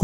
ค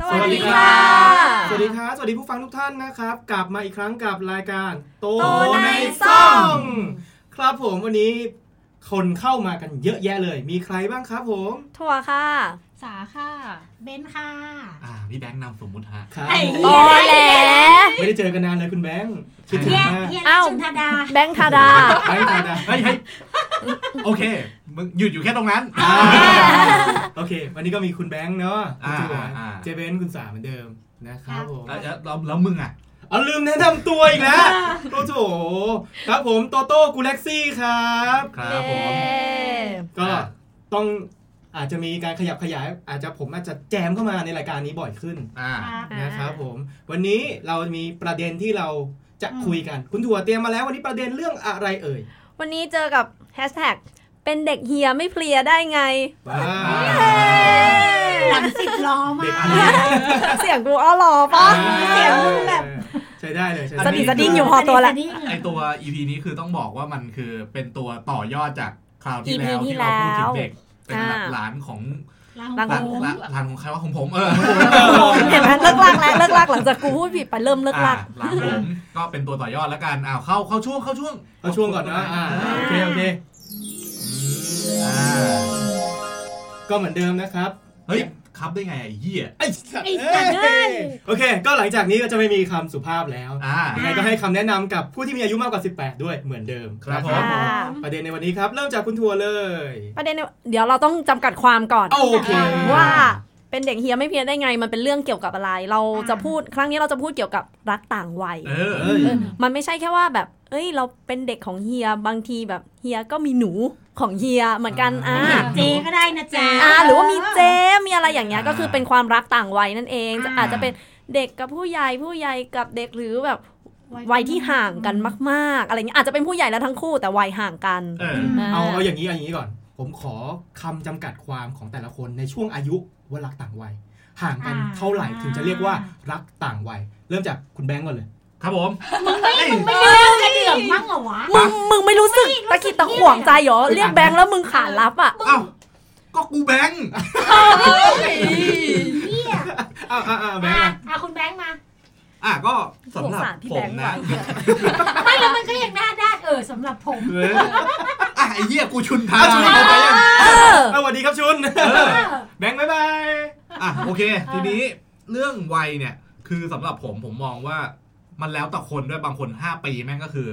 สวัสดีค่ะ สวัสดีครับ สวัสดีผู้ฟังทุกท่านนะครับ กลับมาอีกครั้งกับรายการ โต โตในซ่อง ครับผมวันนี้คนเข้ามากันเยอะแยะเลย มีใครบ้างครับผม ถั่วค่ะ สาค่ะ เบนค่ะ อ่าพี่แบงค์นำสมมุติฮะ ครับ ไอ้ โอ้แหล ไม่ได้เจอกันนานเลยคุณแบงค์คิดถึง เฮีย มาก เฮีย อ้าว ชุนธดา แบงค์ธาดา แบงค์ตาดา เฮ้ยเฮ้ยโอเค มึงหยุดอยู่แค่ตรงนั้น อ่าโอเค วันนี้ก็มีคุณแบงค์เนาะ อ่า คุณจุ๋ย อ่า เจเบนคุณสาเหมือนเดิมนะครับผม แล้วแล้วแล้วแล้วมึงอ่ะ เอาลืมแนะนำตัวอีกแล้วโอ้โหครับผมโตโต้กูเล็กซี่ครับ ครับผม เย้ ก็ อ่ะ ต้องอาจจะมีการขยับขยาย อาจจะผมอาจจะแจมเข้ามาในรายการนี้บ่อยขึ้น อ่า อ่าน นะครับผมวันนี้เรามีประเด็นที่เราจะ อืม คุยกัน คุณถั่วเตรียมมาแล้ววันนี้ประเด็นเรื่องอะไรเอ่ย วันนี้เจอกับแฮชแท็กเป็นเด็กเฮียไม่เพลียได้ไง ว้า เย้ หลังสิบล้อมา เสียงกูอ้อหรอปะ เสียงมึงแบบ ใช้ได้เลยใช้ สะ ได้ ดิดสะดิ้งอยู่พอตัวละ ไอตัว EP นี้คือต้องบอกว่ามันคือเป็นตัวต่อยอดจากคราวที่ EP แล้วที่ ที่เราพูดถึงเด็ก แล้ เป็น ว หลานของ หลัง หลาน ของ หลานหลานของใครวะของผมเออ เห็นไหมเลิกลากแล้วเลิกลากหลังจากกูพูดผิดไปเริ่มเลิกลาก อ่ะหลานผมก็เป็นตัวต่อยอดแล้วกันอ้าวเข้าเข้าช่วงเข้าช่วง เอาช่วงก่อนนะอ่าโอเคโอเค อ่า ก็เหมือนเดิมนะครับ เฮ้ยครับได้ไงไอ้เหี้ย ไอ้สัตว์ ไอ้สัตว์ เอ้ยโอเค ก็หลังจากนี้ก็จะไม่มีคำสุภาพแล้ว อ่า ยังไงก็ให้คำแนะนำกับผู้ที่มีอายุมากกว่า 18 ด้วยเหมือนเดิม ครับ นะ ผม ค่ะ ประเด็นในวันนี้ครับ เริ่มจากคุณทัวเลย ประเด็นเนี่ยเดี๋ยวเราต้องจำกัดความก่อน โอเค ว่าเป็นเด็กเฮียไม่เพลียได้ไง มันเป็นเรื่องเกี่ยวกับอะไร เราจะพูดครั้งนี้เราจะพูดเกี่ยวกับรักต่างวัย เออ เอ้ย เออมันไม่ใช่แค่ว่าแบบ เอ้ย เราเป็นเด็กของเฮีย บางทีแบบเฮียก็มีหนูของเฮียเหมือนกัน อ่า อ่า เจก็ได้นะจ๊ะ อ่า หรือว่ามีเจ มีอะไรอย่างเงี้ย อ่า ก็คือเป็นความรักต่างวัยนั่นเอง อ่า อาจจะเป็นเด็กกับผู้ใหญ่ ผู้ใหญ่กับเด็กหรือแบบวัยที่ห่างกันมากๆ อะไรเงี้ย อาจจะเป็นผู้ใหญ่แล้วทั้งคู่แต่วัยห่างกัน เออ เอาเอาอย่างนี้เอาอย่างนี้ก่อน ผมขอคำจำกัดความของแต่ละคนในช่วงอายุว่ารักต่างวัย ห่างกัน อ่า เท่าไหร่ถึงจะเรียกว่ารักต่างวัย เริ่มจากคุณแบงก์ก่อนเลย ครับผม ไม่ได้กระเดื่องมั้งเหรอวะ มึง มึงไม่รู้สึกตะไม่รู้สึ ขิ ก ดตะขวงใจเหรอ เลยอะ เรียกแบงค์แล้วมึงขาดรับอ่ะ อ้าว ก็กูแบงค์ เฮีย อ้าวอ้าวอ้าวแบงก์ อ่ะ อ่ะ อ่ะคุณแบงค์มา อ่ะก็สำ สง หรับ สารพี่ ผ แบ ม งค์ว่ะ นะ ไม่แล้วมันก็ยังหน้าด้านเออสำหรับผม เอออ่ะไอ้เหี้ยกูชุนท้า อ้าวชุนเอาไปยัง เออ อ้าวสวัสดีครับ ชุน เออ แบงก์บ๊ายบาย อ่ะโอเค ทีนี้เรื่องวัยเนี่ย คือสำหรับผมผมมองว่า มันแล้วแต่คนด้วยบางคน 5 ปีแม่งก็คือ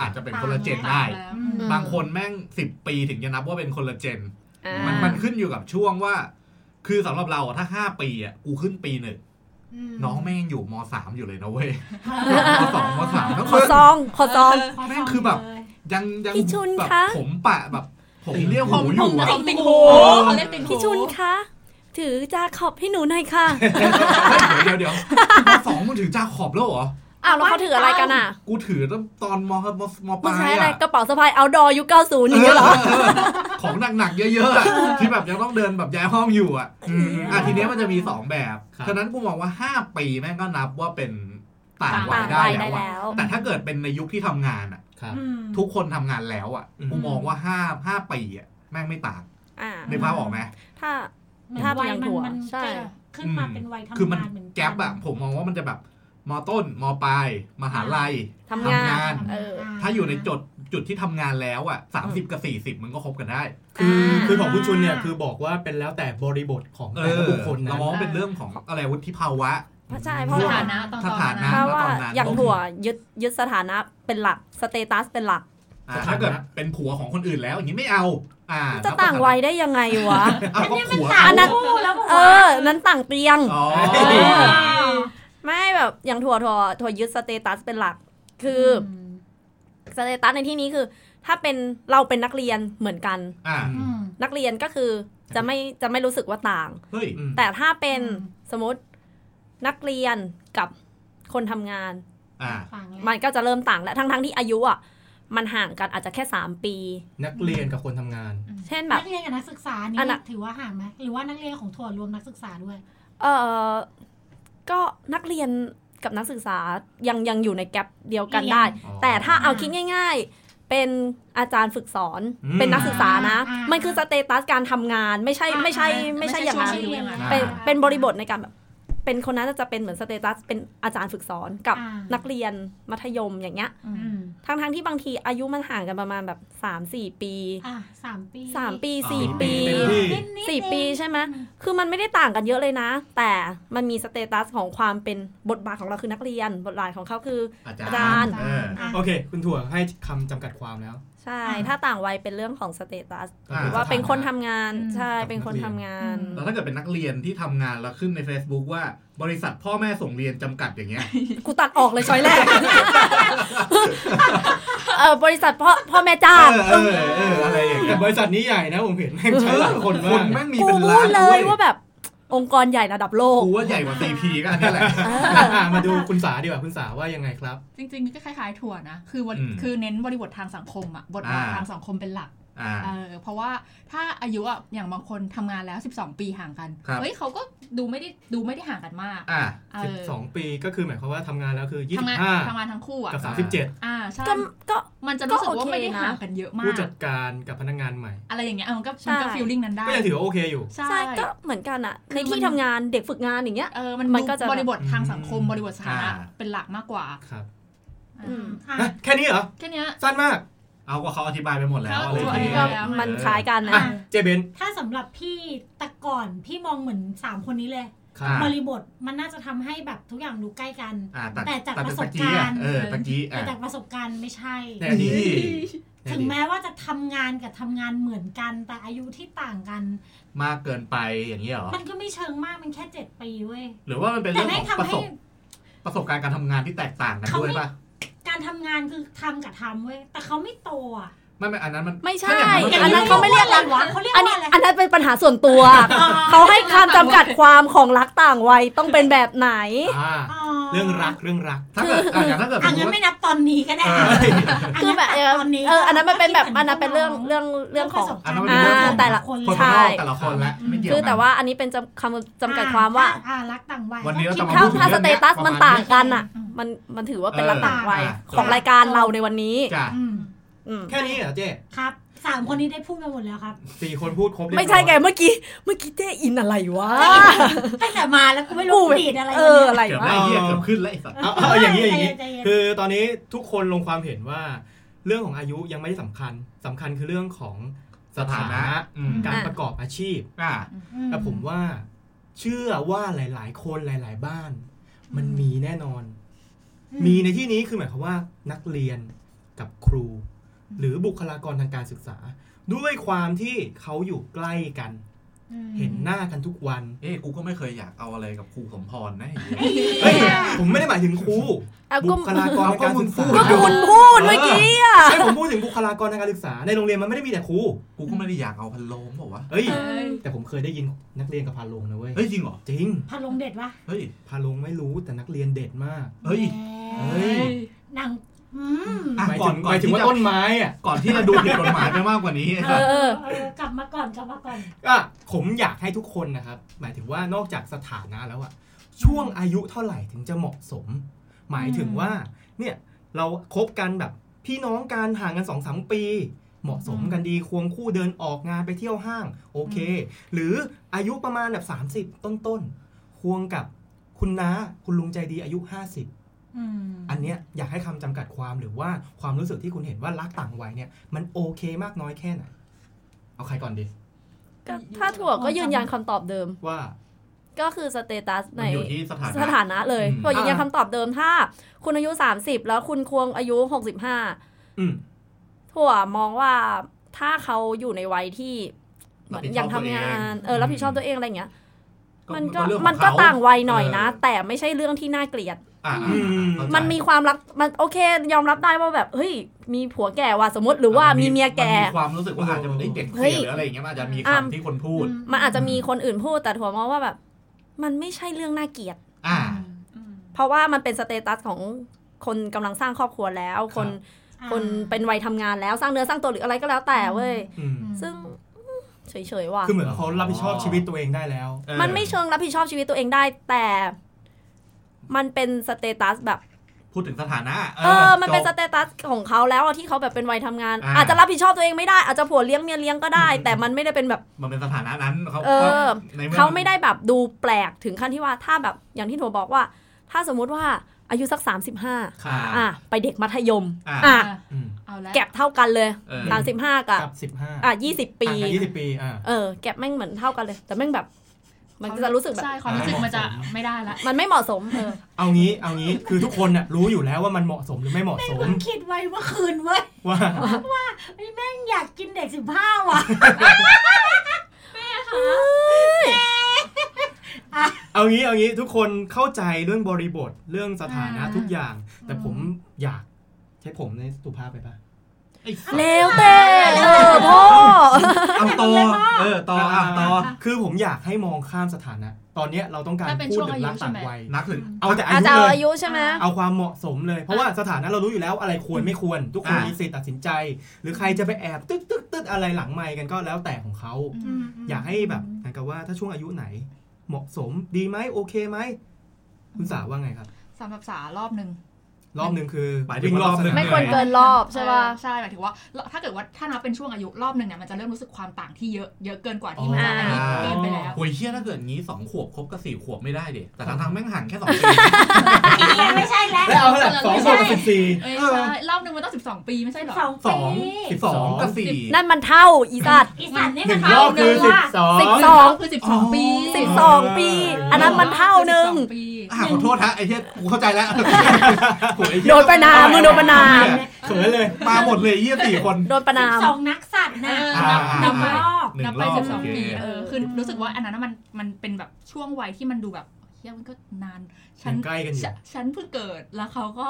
อาจจะเป็นคนละเจนได้ ม บางคนแม่ง 10 ปีถึงจะนับว่าเป็นคนละเจน อ่า มันมันขึ้นอยู่กับช่วงว่า คือสำหรับเราอะถ้า 5 ปีอ่ะกูขึ้นปีหนึ่งน้องแม่งอยู่มสามอยู่เลยนะเว้ยมสองมสามทั้ง ข ค อน ซอง ขอซอง แม่งคือแบบ ยังยัง พี่ชุน แบบ คะ ผมปะแบบ ผมเรียกผมอยู่อะ ผมติ่งหูเขาเรียกติ่งหู พี่ชุนคะ ถือจาขอบให้หนูหน่อยค่ะ เดี๋ยวเดี๋ยวเดี๋ยวมสองมึงถือจาขอบแล้วเหรอ อ้าวแล้วเขาถืออะไรกันอ่ะ กูถือตั้งตอนมมมป มึ ลาง ย ใช้อะไร อะ กระเป๋าสะพายเอาดอยุค90อย่างเงี้ยเหรอ เออของหนักๆเยอะๆอะที่แบบยังต้องเดินแบบย้ายห้องอยู่อะอ่ะทีเนี้ยมันจะมีสองแบบ ครับ ฉะนั้นกูมองว่าห้าปีแม่งก็นับว่าเป็นต่างวั ต่าย ง ได้ วัยได้ แล้วแล้อะว แต่ถ้าเกิดเป็นในยุคที่ทำงานอะ ครับ ทุกคนทำงานแล้วอะ อืม กูมองว่าห้าห้าปีอะแม่งไม่ต่าง อ่า นึกภาพออกไหม ถ้า มัน ถ้าเป็น วัย ยังถั่วมันมัน ใช่ จะขึ้นมาเป็นวัยทำงาน คือมัน เหมือนน แก๊ปอะผมมองว่ามันจะแบบมต้นมปลายมหาลัย ทำงา ทำงาน น เออ ถ้าอยู่ในจุดจุดที่ทำงานแล้วอะ30 กับ 40 มันก็คบกันได้ คืออา คือของคุณชุนเนี่ยคือบอกว่าเป็นแล้วแต่บริบทของ เอ แต่ละ อ บุคคล เรา นะ มองว่าเป็นเรื่องของอะไรวุฒิภาวะ เพราะใช่เพราะ ส ว่า ถานะตอน ส ตอน ถา นั้น นะ เพราะว่า ตอนนั้น อย่างถั่วยึดยึดสถานะเป็นหลักสเตตัสเป็นหลัก อ่าถ้าเกิดเป็นผัวของคนอื่นแล้วอย่างนี้ไม่เอา อ่า จะต่างวัยได้ยังไงวะ เอาก็ผัว อันนั้น คู่แล้ว เออ นั้นต่างเตียง อ๋อ เออ ไม่แบบอย่างถั่วถั่วถั่วยึดสเตตัสเป็นหลัก คือ สเตตัสในที่นี้คือ ถ้าเป็นเราเป็นนักเรียนเหมือนกัน อ่า อืม นักเรียนก็คือจะไม่จะไม่รู้สึกว่าต่าง เฮ้ย อืม แต่ถ้าเป็น อืม สมมตินักเรียนกับ คนทำงาน อ่า ฟังแล้ว มันก็จะเริ่มต่างแล้วทั้งทั้งๆที่อายุอ่ะมันห่างกันอาจจะแค่ 3 ปี นักเรียนกับคนทำงาน เช่นแบบ นักเรียนกับนักศึกษานี่ อันน่ะ ถือว่าห่างไหมหรือว่านักเรียนของถั่วรวมนักศึกษาด้วย เออก็นักเรียนกับนักศึกษายังยังอยู่ในแกลบเดียวกันได้ เรียน อ๋อ แต่ถ้าเอาคิดง่าย ๆ เป็นอาจารย์ฝึกสอน อืม เป็นนักศึกษานะ อ่าอ่ามั มันคือสเตตัสการทำงานไม่ใช่ อ่า ไม่ใช่ อ่า ไม่ใช่อย่างนั้น ไม่ใช่ช่วงเรียนอะ เป็น อ่า เป็นบริบทในการแบบเป็นคนนั้นจะเป็นเหมือนสเตตัสเป็นอาจารย์ฝึกสอนกับ อ่า นักเรียนมัธยมอย่างเงี้ย อื อื ม ม ทั้งทั้งๆที่บางทีอายุมันห่างกันประมาณแบบ 3-4 ปี อ่ะสามปี สามปี อ๋อ สี่ ปี ปี เต็มที่ นิดๆ สี่ปี เอง ใช่ไหม อืม คือมันไม่ได้ต่างกันเยอะเลยนะ แต่มันมีสเตตัสของความเป็นบทบาทของเราคือนักเรียน บทบาทของเขาคือ อาจ อาจา าร ร ย์ ย์เออ อ่ะ โอเค คุณถั่วให้คำจำกัดความแล้ว ใช่ อ่า ถ้าต่างวัยเป็นเรื่องของสเตตัส อ่า หรือว่าเป็นคนทำงาน ใช่ กับ เป็นคน นั ทำ กเรียน งาน อืม แล้วถ้าเกิดเป็นนักเรียนที่ทำงานแล้วขึ้นใน Facebook ว่าบริษัทพ่อแม่ส่งเรียนจำกัดอย่างเงี้ย กูตัดออกเลยช้อยแรก เออบริษัทพ่อพ่อแม่จ้าง เออเอออะไรอย่างเงี้ แต่ ย บริษัทนี้ใหญ่นะผมเห็น แม่งใช้หลายคน ค มาน ก แม่งมี กู เป็น พู ล้า ด น เลย ด้ ว่าแบบองค์กรใหญ่ระดับโลก กูว่าใหญ่กว่า CP ก็อันเนี้ยแหละ เออ อ่ะมาดูคุณสาดีกว่าคุณสาว่ายังไงครับ จริงๆก็คล้ายๆถั่วนะ คือวัน อืม คือเน้นบริบททางสังคมอะบทบาท อ่า ทางสังคมเป็นหลัก อ่า เออเพราะว่าถ้าอายุอ่ะอย่างบางคนทำงานแล้ว 12 ปีห่างกัน ครับ เฮ้ยเขาก็ดูไม่ได้ดูไม่ได้ห่างกันมาก อ่า เออ 12 ปีก็คือหมายความว่าทำงานแล้วคือ ทำงานทำ 25 งานทั้งคู่อ่ะ กับ อ่า 37 อ่าใช่ ก็ก็ มันจะรู้สึก ก็โอ ว่า เค ไม่ได้ นะ ห่างกันเยอะมา ผู้ ก จัดการกับพนักงานใหม่ อะไรอย่างเงี้ยเออมันก็มันก็ ใช่ ฟีลลิ่งนั้นได้ ก็ยังถือว่าโอเคอยู่ ใช่ ใช่ก็เหมือนกันอะ คือ ในที่ มัน ทำงานเด็กฝึกงานอย่างเงี้ย เออมัน มันก็จะ ดูบริบททางสังคม อืม บริบทสถานะ อ่า เป็นหลักมากกว่า ครับ อืม อ่ะ อ่ะแค่นี้เหรอ แค่เนี้ย สั้นมาก เอาก็เขาอธิบายไปหมดแล้ว เขา อะไรอย่าง อธิ เงี้ บาย ย แล้ว มันคล้ายกันนะ อ่ะ เจเบน ถ้าสำหรับพี่แต่ก่อนพี่มองเหมือนสามคนนี้เลย ครับ บริบทมันน่าจะทำให้แบบทุกอย่างดูใกล้กัน อ่าตัด แต่จาก ตัด ป เป็น ระส ตะ บ กี้ การอ่ะณ์ เออตะกี้อ่ะ แต่จากประสบการณ์ไม่ใช่ ในอดีตในอ ถึง ดีต แม้ว่าจะทำงานกับทำงานเหมือนกัน แต่อายุที่ต่างกัน มากเกินไปอย่างเงี้ยเหรอ มันก็ไม่เชิงมาก มันแค่เจ็ดปีเว้ย หรือว่ามันเป็น แต่ เรื่อง ไม่ ขอทำงประส ให้ บประสบการณ์การทำงานที่แตกต่างกัน เขา ด้วย ไม่ ป่ะ การทำงานคือทำกับทำเว้ย แต่เขาไม่โตอ่ะ ไม่ไม่อันนั้นมัน ไม่ใช่ ถ้าอย่าง อันนั้นเขาไม่เรียก อะไรวะเขาเรียก อันนี้ ว่าอะไร อันนั้นเป็นปัญหาส่วนตัว เขาให้คำจำกัดความของรักต่างวัยต้องเป็นแบบไหน อ่า เรื่องรักเรื่องรัก ถ้าเกิดอ่ะอย่างถ้าเกิดส อั ม น ม นั้น ติ ไม่ ว่า นับตอนนี้ก็ได้ เออ อัน คือ นั้น แบบเอ ตัด อ ตอนนี้ เอออันนั้นมันเป็นแบบ คิดห อันนั้นเป็นเรื่อง ว่า เรื่องเรื่องของ อันนั้นมัน ป เป็น ระส เรื่ บการณ์องของ แต่ละคน คน ใช่ ข้างนอกแต่ละคนละไม่เกี่ยว คือ กัน แต่ว่าอันนี้เป็นจำคำจำกัดความว่า อ่รักต่างวัย วันนี้เรา ก็ถ้าคิดจะมพูดถึง ถ้าสเตตัสมันต่างกันอ่ะ อืม มันมันถือว่าเป็นรักต่างวัย เอออ่ะ ของรายการเราในวันนี้ จ้ะ อืม อืม แค่นี้เหรอเจ๊ ครับสามคนนี้ได้พูดไปหมดแล้วครับ สี่คนพูดครบเรียบร้อย ไม่ใช่ไงเมื่อกี้เมื่อกี้เจ๊อินอะไรวะ ตั้งแต่มาแล้วกูไม่ กู รู้ แบบ ดีดอะไร เอออะไร เกือบ วะ ไอ้เหี้ยเกือบขึ้นแล้วไอ้สัตว์ เอาเอาเอาอย่างนี้อย่างนี้ ใจ เย็น คือตอนนี้ทุกคนลงความเห็นว่า เรื่องของอายุยังไม่ได้สำคัญสำคัญคือเรื่องของ สถานะอืม การ อ่ะ ประกอบอาชีพ อ่ะ แต่ผมว่าเชื่อว่าหลาย ๆ คนหลาย ๆ บ้าน มัน อืม มีแน่นอน อื มีในที่นี้คือหมายความว่านักเรียนกับครู หรือบุคลากรทางการศึกษา ด้วยความที่เขาอยู่ใกล้กัน อืม เห็นหน้ากันทุกวัน เอ้ยกูก็ไม่เคยอยากเอาอะไรกับครูสมพรนะไอ้เหี้ย เฮ้ย ผมไม่ได้หมายถึงครู เอา บุ ก็ คลากรทางการศึกษา ก็ ก็คุณพูดเมื่อกี้อ่ะ ใช่ผมพูดถึงบุคลากรทางการศึกษา ในโรงเรียนมันไม่ได้มีแต่ครู กูก็ไม่ได้อยากเอาพันโลมบอกว่าว เฮ้ย เออ แต่ผมเคยได้ยินนักเรียนกับพาลงนะเว้ย ะเฮ้ยจริงเหรอ จริง พาลงเด็ดวะ เฮ้ย พาลงไม่รู้แต่นักเรียนเด็ดมาก เฮ้ย แหม เฮ้ย นางอืม อ่ะ หมาย ก่อ ถึ น ง ก่ ห อน มายถึง ที่ ว่า จะ ต้นไม้อ่ะ ก่อนที่จะดูผิดกฎหมายไปมากกว่านี้ไอ้ เอ สัตว์ อเออ เออกลับมาก่อนกลับมาก่อน อ่ะผมอยากให้ทุกคนนะครับ หมายถึงว่านอกจากสถานะแล้วอะช่วงอายุเท่าไหร่ถึงจะเหมาะสม หมายถึงว่าเนี่ยเราคบกันแบบพี่น้องกันห่างกันสองสามปี เหมาะสมกันดีควงคู่เดินออกงานไปเที่ยวห้าง โอเค หรืออายุประมาณแบบ 30 ต้นๆ ควงกับคุณน้าคุณลุงใจดีอายุ 50 อืม อันเนี้ยอยากให้คำจำกัดความหรือว่าความรู้สึกที่คุณเห็นว่ารักต่างวัยเนี่ยมันโอเคมากน้อยแค่ไหน เอาใครก่อนดี ก็ถ้าถั่วก็ยืนยันคำตอบเดิม ว่า ก็คือสเตตัส มั ใน นอยู่ที่สถานะ สถานะเลย อืม ถั่วยืนยัน อ่า คำตอบเดิมถ้า คุณอายุ 30 แล้วคุณควงอายุ 65 อืม ถั่วมองว่าถ้าเขาอยู่ในวัยที่เหมือนยังทำงาน เออรับผิดชอบตัวเองอะไรเงี้ย มันก็ เรื่องของ มันก็ เข ต่างวัยหน่อยนะ เออ แต่ไม่ใช่เรื่องที่น่าเกลียด อ่ะอ่ะ อืม เข้าใจ มันมีความรักมันโอเค ยอมรับได้ว่าแบบเฮ้ยมีผัวแก่ว่ะสมมติหรือว่ามีเมียแก่ นมีความรู้สึกว่าอาจจะได้เด็ก เฮ้ยเสียหรืออะไรอย่างเงี้ยมันอาจจะมี อ่ะ คำที่คนพูด มันอาจจะมีคนอื่นพูดแต่ถั่วมองว่าแบบ มันไม่ใช่เรื่องน่าเกลียด อ่า อืม อืม เพราะว่ามันเป็นสเตตัสของคนกำลังสร้างครอบครัวแล้ว คน อ่า คนเป็นวัยทำงานแล้วสร้างเนื้อสร้างตัวหรืออะไรก็แล้วแต่เว้ย อืม อืม ซึ่งเฉยๆว่ะ คือเหมือนเขารับผิดชอบชีวิตตัวเองได้แล้ว เออ มันไม่เชิงรับผิดชอบชีวิตตัวเองได้แต่ มันเป็นสเตตัสแบบ พูดถึงสถานะ เออ มันเป็นส จบ เตตัสของเขาแล้วอะที่เขาแบบเป็นวัยทำงาน อ่า อาจจะรับผิดชอบตัวเองไม่ได้อาจจะผัวเลี้ยงเมียเลี้ยงก็ได้ แต่มันไม่ได้เป็นแบบ มันเป็นสถานะนั้นเขา เออ ในอ เขาไม่ได้แบบดูแปลกถึงขั้นที่ว่าถ้าแบบอย่างที่ถั่วบอกว่า ถ้าสมมุติว่าอายุสัก 35 ค่ะ อ่ะ ไปเด็กมัธยม อ่ะ อ่ะ อืม เอาละ แก็บเท่ากันเลย เออ สามสิบห้ากับ กับสิบห้า อ่ะยี่สิบปี ยี่สิบปีอ่า เออ แก็บแม่งเหมือนเท่ากันเลย แต่แม่งแบบ มันก็จะรู้สึกแบบ ใช่ความรู้สึกมันจะไม่ได้ละ มันไม่เหมาะสมเออ เอางี้ เอางี้ คือทุกคนน่ะรู้อยู่แล้วว่ามันเหมาะสมหรือไม่เหมาะสม เพิ่งคิดไว้เมื่อคืนเว้ย ว่า ไอ้แม่งอยากกินเด็กสิบห้าว่ะ เอางี้ เอางี้ ทุกคนเข้าใจเรื่องบริบท เรื่องสถานะ อ่า ทุกอย่าง แต่ผมอยากใช้ผมในสุภาพไปปะ ไอ้สัตว์ เลวเตะเออพ่อ เอาต่อเออต่ออ่ะต่อ คือผมอยากให้มองข้ามสถานะ ตอนเนี้ยเราต้องการ ถ้าเป็น พู ช่ ด วง ถึ อาง ยุ รัก ใช่ ต่าง ไหม วัย นักถึง เอาแต่อา อาจ ยุ จะเอา เลย อายุใช่ไหม เอาความเหมาะสมเลย เพราะว่าสถานะเรารู้อยู่แล้วอะไรควรไม่ควร ทุกคน อ่ามี มีสิทธิ์ตัดสินใจ หรือใครจะไปแอบตึ๊ดตึ๊ดตึ๊ดอะไรหลังไมค์กันก็แล้วแต่ของเขา อืม อยากให้แบบเหมือนกับว่าถ้าช่วงอายุไหน เหมาะสมดีไหมโอเคไหมคุณสาว่าไงครับ สำหรับสารอบหนึ่ง รอบหนึ่งคือ หมายถึง วิ่รอบ รอบหนึ่ง สาม ไม่ควรเกินรอบใช่ป่ะ เออใช่หมายถึงว่าถ้าเกิดว่าถ้านับเป็นช่วงอายุรอบหนึ่งเนี่ยมันจะเริ่มรู้สึกความต่างที่เยอะเยอะเกินกว่าที่มันจะ อ๋อ อันนี้เกินไปแล้ว โหยเชี่ยถ้าเกิดงี้สองขวบครบกับสี่ขวบไม่ได้ดิแต่ทางทางๆแม่งห่างแค่สองปี เหี้ยไม่ใช่แล้ว แล้วเอาเท่าไหร่สองบวกกับสิบสี่ เอ้ยใช่รอบหนึ่งมันต้องสิบสองปีไม่ใช่เหรอ สอง ส ปี อง สิบ สองกับสี่ นั่นมันเท่าอีสัตว์ อีสันนี่ ห มั นึ่ น ง เท่าร อบคือสิบสอง สิบ สองคือสิบสองปี สิบสองปี อันนั้นมันเท่าหนึ่ง 12ปี อ่ะขอโทษฮะไอ้เหี้ยกูเข้าใจแล้วโหย โดนประนามมึงโดนประนาม เขินเลย มาหมดเลยไอ้เหี้ยสี่คน โดนประนาม สองนักสัตว์นะ อ่า นับรอบ หนึ่ง นับไป รอบ สิบสอง โอเค ปีเออคือรู้สึกว่าอันนั้นนะมันมันเป็นแบบช่วงวัยที่มันดูแบบเฮียมันก็นานฉัน ยังใกล้กันอยู่ ฉัฉันเพิ่งเกิดแล้วเขาก็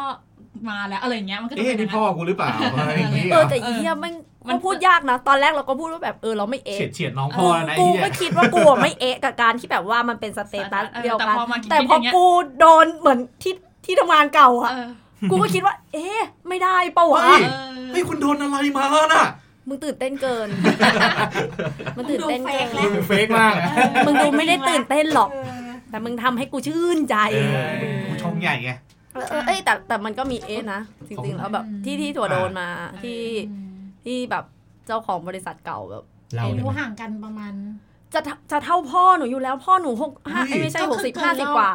มาแล้วอะไรอย่างเงี้ยมันก็จะ เอ๊ะ เป็น นี่ ย่าง พ่อกูหรือเปล่าอะไรอย่างเงี้ย เออแต่อีเหี้ยแม่งมันพูดยากนะ ตอนแรกเราก็พูดว่าแบบเออเราไม่เอะ เฉียดเฉียดน้องพ่ กู อนะไอ้ กู เหี้ย ไม่คิดว่ากูอะไม่เอะกับการที่แบบว่ามันเป็นสเตตัสเดียวกัน แต่พอมาคิด แต่พอ อย่างเงี้ย กูโดนเหมือนที่ที่ทำงานเก่าอะ เออ กูก็คิดว่า เอ๊ะไม่ได้ปะวะ เออ เฮ้ยคุณโดนอะไรมาน่ะ มึงตื่นเต้นเกิน มันตื่นเต้นเกิน มึงดูเฟกแล้มึงเฟกมาวกอะ มึงดูไม่ได้ตื่นเต้นหรอก เออ แต่มึงทำให้กูชื่นใจ เออกูชงใหญ่ไง เออเออเอ้ยแต่แต่มันก็มีเอสนะ จริงๆ แล้วแบบ อืม ที่ที่ถั่วโดนมา เออ ที่ที่แบบเจ้าของบริษัทเก่าแบบ เรา ห เนี่ นู ย ห่างกันประมาณ จะเท่าจะเท่าพ่อหนูอยู่แล้วพ่อหนูหกห้า เฮ้ย ไม่ใช่ ก็ หกคือ สิบ เกิ ห้าน รอบ สิบกว่า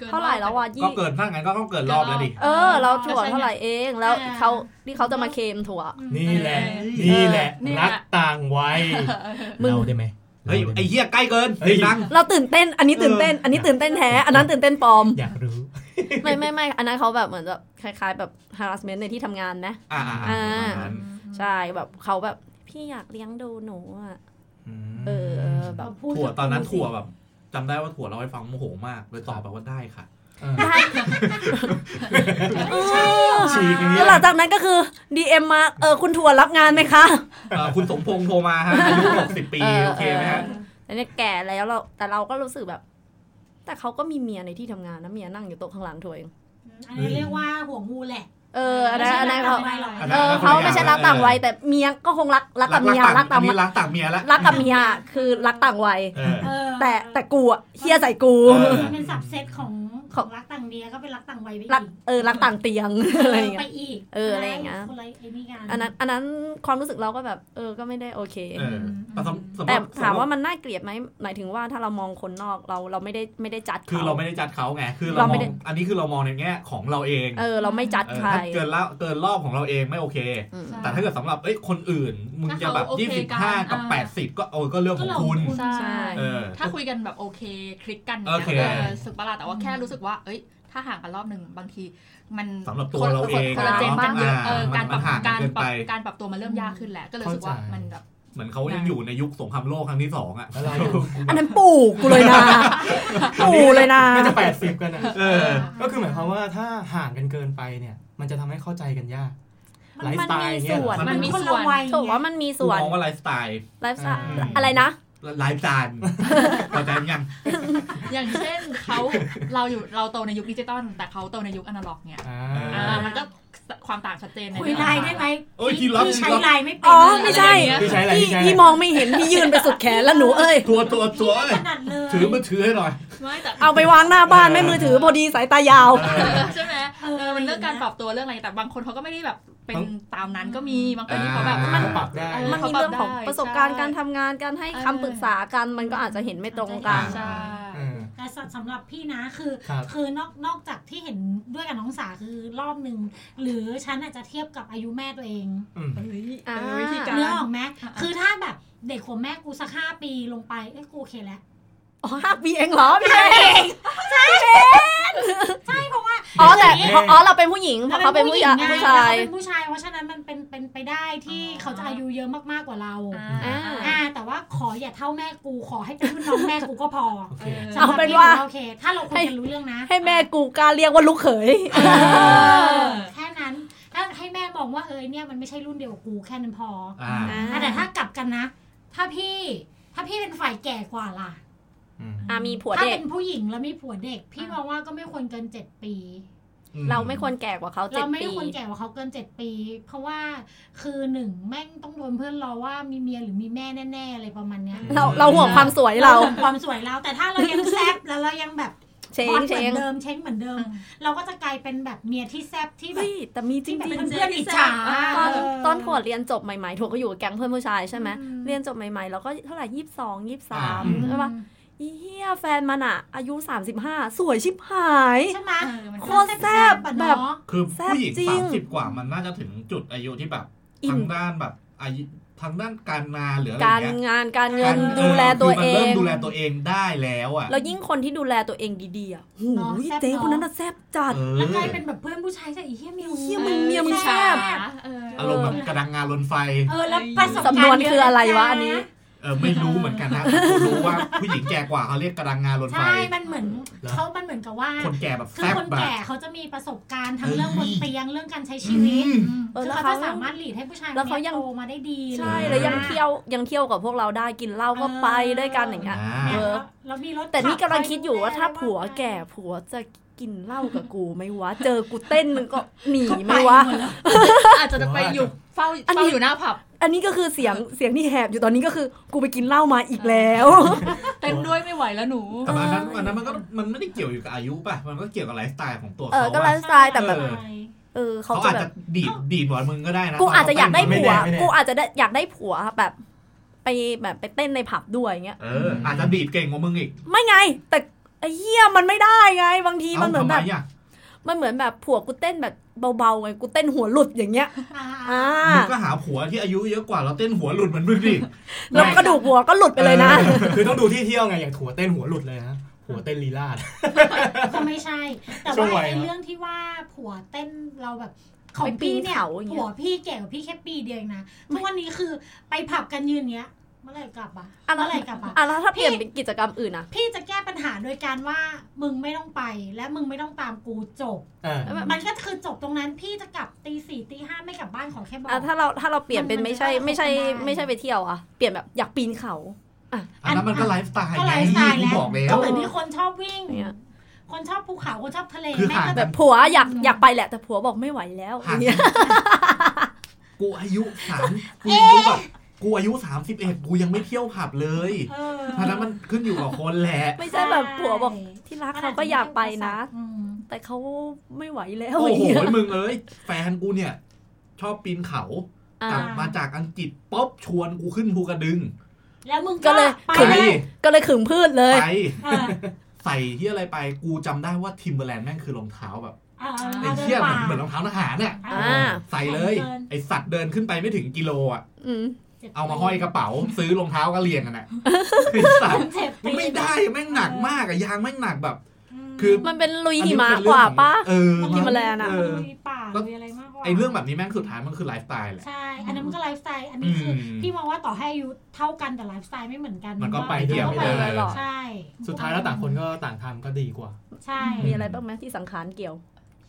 กิน เท่าไหร่แล้ววะยี่ ก็เกิดถ้างั้นก็ต้องเกิดรอบแล้วดิ เออเราถั่ว ก็ใช่ไง เท่าไหร่เองแล้วเขาที่เขาจะมาเคลมถั่ว นี่แหละ เออ นี่แหละ เนี่ย รักต่างวัย มึง เราได้ไหม เฮ้ย ราด้หม ไอ้เหี้ยใกล้เกิน เฮ้ เสี ย ยงดัง เราตื่นเต้น อันนี้ตื่นเต้น อันนี้ตื่นเต้นแท้ อันนั้นตื่นเต้นปลอม อยากรู้ ไม่ไม่ไม่อันนั้นเขาแบบเหมือนแบบคล้าย ๆ แบบ harassment ในที่ทำงานนะ อ่าอ่า อ่า ประมาณนั้น ใช่แบบเขาแบบพี่อยากเลี้ยงดูหนูอ่ะเออแบบ พูด ถั่วตอนนั้นถั่วแบบจำได้ว่าถั่วเราให้ฟังโมโหมากเลยตอบแบบว่าได้ค่ะ เออ ได้ ฉีกอย่างนี้ แล้วหลังจากนั้นก็คือ DM มา เออ คุณถั่วรับงานไหมคะ เอ่อคุณสมพงษ์โทรมาฮะ อายุ60 ปี โอเคไหมฮะ แต่เนี่ยแก่แล้วเราแต่เราก็รู้สึกแบบ แต่เขาก็มีเมียในที่ทำงานนะเมียนั่งอยู่โต๊ะข้างหลังถั่วเอง อันนี้เรียกว่าหัวงูแหละ เอออันนั้นอันนั้นเขา ไม่ใช่รักต่างวัยหรอก เออเขาไม่ใช่รักต่างวัยแต่เมียก็คงรักรักกับเมียรักต่าง อันนี้รักต่างเมียละ รักกับเมียคือรักต่างวัย เออ เออ แต่แต่กูอะเฮียใส่กู เออ มันเป็นสับเซตของของรักต่างเมียก็เป็นรักต่างวัยไป รัก อีก เออรักต่างเตียงอะไรอย่างเงี้ย ไปอีก เอออะไรอย่างเงี้ย คนละไอ้นี่กัน อันนั้นอันนั้นความรู้สึกเราก็แบบ เออก็ไม่ได้โอเค เออแต่สำสำห แต่ รับ ถามว่ามันน่าเกลียดไหมหมายถึงว่าถ้าเรามองคนนอกเราเราไม่ได้ไม่ได้จัด คือ เขา เราไม่ได้จัดเขาไง คือเรา เรา ม ไม่ อง ได้ อันนี้คือเรามองในแง่ของเราเอง เออ เราไม่จัด เออ ใคร ถ้าเกินละเกินรอบของเราเองไม่โอเค อืม ใช่ แต่ถ้าเกิดสำหรับเอ้ยคนอื่น มึงจะแบบ ถ้าเขาโอเค ยี่สิบ กัน ห้ากับ อ่า แปดสิบก็เออก็เรื่องของคุณ ใช่ ใช่ เออ ถ้าคุยกันแบบโอเคคลิกกัน โอเค นี่ยอสึกประหลาดแต่ว่าแค่รู้สึกว่า เอ้ย ถ้าห่างกันรอบหนึ่งบางที มัน สำหรับตัว คน เราเอง คนละเจน เนาะ บ้างเยอะ อ่า เออการปรับ มันห่าง การ เกิน ปรั ไป บการปรับตัวมันเริ่มยากขึ้นแหละก็เลยรู้สึกว่ามันแบบ เหมือนเขายังอยู่ในยุคสงครามโลกครั้งที่สองอ่ะ แล้วเราอยู่ อันนั้นปู่กูเลยนะปู่เลยนะ น่าจะแปดสิบกันอะ เออ ก็คือหมายความว่าถ้าห่างกันเกินไปเนี่ย มันจะทำให้เข้าใจกันยาก มัน ไลฟ์สไตล์ มันมี เนี่ย ส่วน มัน มัน มี คน ส่ ละ วน วัย ถือว่ามันมีส่วน กูมองว่าไลฟ์สไตล์ ไลฟ์สไตล์ อืม อะไรนะ ไลฟ์สไตล์ พอใจยัง อย่างเช่นเขาเราอยู่เราโตในยุคดิจิตอลแต่เขาโตในยุคอนาล็อกเนี่ย อ่า อ่ามันก็ความต่างชัดเจนใน คุย เรื่อง ไลน์ได้ไหม โอ้ยที พี่ รับ พี่ใช้ไลน์ไม่เป็น อ๋อ เลย ไม่ใช่ พี่ใช้อะไร พี่ พี่ใช้อะไร พี่มองไม่เห็นพี่ยืนไปสุดแขนแล้วหนูเอ้ย ตัวตัวตัวเอ้ย ขนาดเลย ถือมือถือให้หน่อย ไม่แต่ เอาไปวางหน้าบ้านแม่มือถือพอดีสายตายาว เออ ใช่ไหมเออมันเรื่องการปรับตัวเรื่องอะไรแต่บางคนเขาก็ไม่ได้แบบเป็นตามนั้นก็มีบางคนที่เขาแบบ อ่ามั มัน ปรับได้ เอ มันมีเรื่องของประสบการณ์การทำงานการให้คำปรึกษากันมันก็อาจจะเห็นไม่ตรงกัน ใช่ เออ แต่สำหรับพี่นะคือ ครับ อนอกนอกจากที่เห็นด้วยกับน้องสาคือรอบหนึ่งหรือฉันอาจจะเทียบกับอายุแม่ตัวเอง อืม เฮ้ย อ่า เออวิธีการ เนื้อออกไหม อ่ะ คือถ้าแบบเด็กของแม่กูสักห้าปีลงไปเอ้ยกูโอเคแล้ว อ๋อ ห้าปีเองเหรอพี่เอง ใช่เพราะว่า อ๋อแต่เพราะอ๋อเราเป็นผู้หญิงเพราะเขาเป็นผู้หญิง ไง ผู้ เรา ชาย เป็นผู้ชาย เพราะฉะนั้นมันเป็นเป็นไปได้ที่เขาจะอายุเยอะมากๆกว่าเรา อ่า อ่าแต่ว่าขออย่าเท่าแม่กูขอให้เป็นรุ่นน้องแม่กูก็พอ โอเค สำหรับ เอาเป็น พี่ ว่า หโอเค ถ้าเราคุยกันรู้เรื่องนะ ให้แม่กูกล้าเรียกว่าลูกเขย อ แค่นั้นถ้าให้แม่มองว่าเอยเนี่ยมันไม่ใช่รุ่นเดียวกับกูแค่นั้นพอ อ่า อ่ะแต่ถ้ากลับกันนะ ถ้าพี่ถ้าพี่เป็นฝ่ายแก่กว่าล่ะ อืม อ่ามีผัว ถ้า เด็ก เป็นผู้หญิงแล้วมีผัวเด็ก พี่มองว่าก็ไม่ควรเกินเจ็ดปี เราไม่ควรแก่กว่าเขาเจ็ เรา ด ไม่ ปี ควรแก่กว่าเขาเกินเจ็ดปี เพราะว่าคือหนึ่งแม่งต้องโดนเพื่อนรอว่ามีเมียหรือมีแม่แน่ๆอะไรประมาณเนี้ย อืม เราเราห่วงความสวยเรา ห่วงความสวยเรา แต่ถ้าเรายังแซ บแล้วเรายังแบบ เชง ฮอต เช เหมือง นเดิมเช้งเหมือนเดิม เราก็จะกลายเป็นแบบเมียที่แซบที่แบ เฮ้ บ ยแต่มีจ ที่แบบ ริง เป็น ๆ เพื่อนอิจฉา ตอน เ ตอนถั่วเรียนจบใหม่ๆถั่วก็อยู่กับแก๊งเพื่อนผู้ชายใช่ไหม อืม เรียนจบใหม่ๆแล้วก็เท่าไหร่ยี่สิบสองยี่สิบ อ่า สาม อืม ใช่ปะอีเฮียแฟนมันอะอายุ 35 สวยชิบหาย ใช่ไหม เออมันก็ โคตรแซ่บ อะ แบบ เนาะ คือผู้หญิง แซ่บจริง สามสิบกว่ามันน่าจะถึงจุดอายุที่แบบ อิ่ม ทางด้านแบบอายุทางด้านการงานหรืออะไร การ เงี้ย งานการเงิน การ ดูแลตัว คื เอ มันเริ่ม ง ดูแลตัวเองได้แล้วอ่ะ แล้วยิ่งคนที่ดูแลตัวเองดีๆอะโห เนาะแซ่บ เจ๊ เนาะ คนนั้นน่ะแซ่บจัด เออ แล้วกลายเป็นแบบเพื่อนผู้ชายใช่ไอ้เหี้ยมิว เหี้ยมึงเมียมึงแซ่บ เออ อารมณ์แบบกระดังงานลนไฟ เออแล้วประสบการณ์ สำนวน เย คืออะไรวะอันนี้ เออไม่รู้เหมือนกันนะรู้ว่าผู้หญิงแก่กว่าเขาเรียกกระดังงานลนไฟ ใช่มันเหมือนเขามันเหมือนกับว่า คนแก่แบบ คือ แซ่บ คน แบบ แก่เขาจะมีประสบการณ์ทั้ง เอ้ย เรื่องบนเตียงเรื่องการใช้ชีวิต เออ ซึ่ง แล้ว เขา เขา จะสามารถหลีดให้ผู้ชาย แล้วเขายัง โตมาได้ดี ใช่ อะ แล้วไรยังเที่ยวยังเที่ยวกับพวกเราได้กินเหล้าก็ไปด้วยกันอย่างเงี้ย อ่า เอ เอ อ อ แล้วมีรถ แต่นี่กำลังคิดอยู่ว่าถ้า ขับไป ผัวแก่ผัวจะกินเหล้ากับกูไหม่วะ เจอกูเต้นมันก็หนี ก็ ไห ป ม่วะ หดแล้ว อาจจะไปอยู่เฝ้า อันนี้ เฝ้าอยู่หน้าผับ อันนี้ก็คือเสียงเสียงที่แหบอยู่ตอนนี้ก็คือกูไปกินเหล้ามาอีกแล้ว เต้นด้วยไม่ไหวแล้วหนู แต่อันนั้นอันนั้นมันก็มันไม่ได้เกี่ยวอยู่กับอายุป่ะ มันก็เกี่ยวกับไลฟ์สไตล์ของตัว เอ เขา อก็ไล อะ ฟ์สไตล์แต่แบบ เออ เออเขา เขา จะ อาจ แบ จะ บ ดีดดีดหมอนมึงก็ได้นะ กูอาจจะอยากได้ ม่ ผัว แน่ ไม่แน่ กูอาจจะได้อยากได้ผัวแบบ ไปแบบไปเต้นในผับด้วยอย่างเงี้ย เออ อาจจะดีดเก่งกว่ามึงอีก ไม่ไง แต่ไอ้เหี้ยมันไม่ได้ไง บางทีมันเหมือนแบบ าทำไอ่ะ มันเหมือนแบบผัวกูเต้นแบบเบาๆไงกูเต้นหัวหลุดอย่างเงี้ย อ่า อ่า มึงก็หาผัวที่อายุเยอะกว่าแล้วเต้นหัวหลุดเหมือนมึงดิ แล้วกระดูกหัวก็หลุดไปเลยนะ คือต้องดูที่เที่ยวไง อย่างถั่วเต้นหัวหลุดเลยนะหัวเต้นลีลาด ก็ไม่ใช่ แต่ ช่วงวั ว่าย ไอ้ เนอะ เรื่องที่ว่าผัวเต้นเราแบบของ ไปปีน พี่เนี่ย เขาอย่างเงี้ย ผัวพี่แก่กว่าพี่แค่ปีเดียวเองนะทุกวันนี้คือไปผับกันยืนเนี้ยเมื่อไหร่กลับอะเมื่อไหร่กลับอะ อ่ะแล้วถ้าเปลี่ยนเป็นกิจกรรมอื่นอ่ะ พี่จะแก้ปัญหาโดยการว่ามึงไม่ต้องไปและมึงไม่ต้องตามกูจบ เออ มันก็คือจบตรงนั้นพี่จะกลับตีสี่ตีห้าไม่กลับบ้านขอแค่บอก อ่ะถ้าเราถ้าเราเปลี่ยนเป็น มัน ไม่ใช่ มันจะ ไม่ใช่ เข้ากันได้ ไม่ใช่ไปเที่ยวอ่ะเปลี่ยนแบบอยากปีนเขา อันนั้นมันก็ไลฟ์สไตล์ ก็ไลฟ์สไตล์ กู แล้ว บอกแล้ ก็ ว เหมือนที่คนชอบวิ่ง เนี่ย คนชอบภูเขา คนชอบทะเล คือ แม่ง ห่าง ก็ แบ จะ บผัวอยากอยากไปแหละแต่ผัวบอกไม่ไหวแล้วอ ห่าง ย่างเงี้ย กูอายุสามกูอายุแบบกูอายุสามสิบเอ็ดกูยังไม่เที่ยวผับเลย เออ อันนั้นมันขึ้นอยู่กับคนแหละ ไม่ใช่แบบผัวบอกที่รักเขาก็อยากไปนะ อืม แต่เขาไม่ไหวแล้ว โอ้ อย่าง โห เงี้ย มึงเอ้ยแฟนกูเนี่ย ชอบปีนเขา อ่ะ กลับมาจากอังกฤษป๊อบชวนกูขึ้นภูกระดึง แล้วมึง ก็ ก็ เลย ไป ไป เลย ก็เลยขึงพืชเลย ไป เออ ใส่ที่อะไรไปกูจำได้ว่าทิมเบอร์แลนด์แม่งคือรองเท้าแบบ เออ ไอ้เชี่ยเหมือนเหมือนรองเท้าทหารเนี่ย เอ อ่า อ ใส่เลย เดิน ไอสัตว์เดินขึ้นไปไม่ถึงกิโลอ่ะ อืม เอามาห้อยกระเป๋า ซื้อรองเท้าก็เรียงกันอ่ะไอสัตว์ เจ็บป มันไม่ได้แม่งหนักมากอะยางแม่งหนักแบบ คือ มันเป็นลุย อัน หิ นี้ มะ นเป็กนเรื่ ว่า องของ ปะ เออ ทิมเบอร์แลนด์อะ เออ ลุยป่าลุยอะไรมากกว่า ไอเรื่องแบบนี้แม่งสุดท้ายมันคือไลฟ์สไตล์แหละ ใช่ อันนั้นมันก็ไลฟ์สไตล์ อันนี้คืออ ม พี่มองว่าต่อให้อายุเท่ากันแต่ไลฟ์สไตล์ไม่เหมือนกัน มันก็ไปเที่ยวไม่ได้ ใช่ สุดท้ายแล้วต่างคนก็ต่างทำก็ดีกว่า ใช่ มีอะไรบ้างไหมที่สังขารเกี่ยว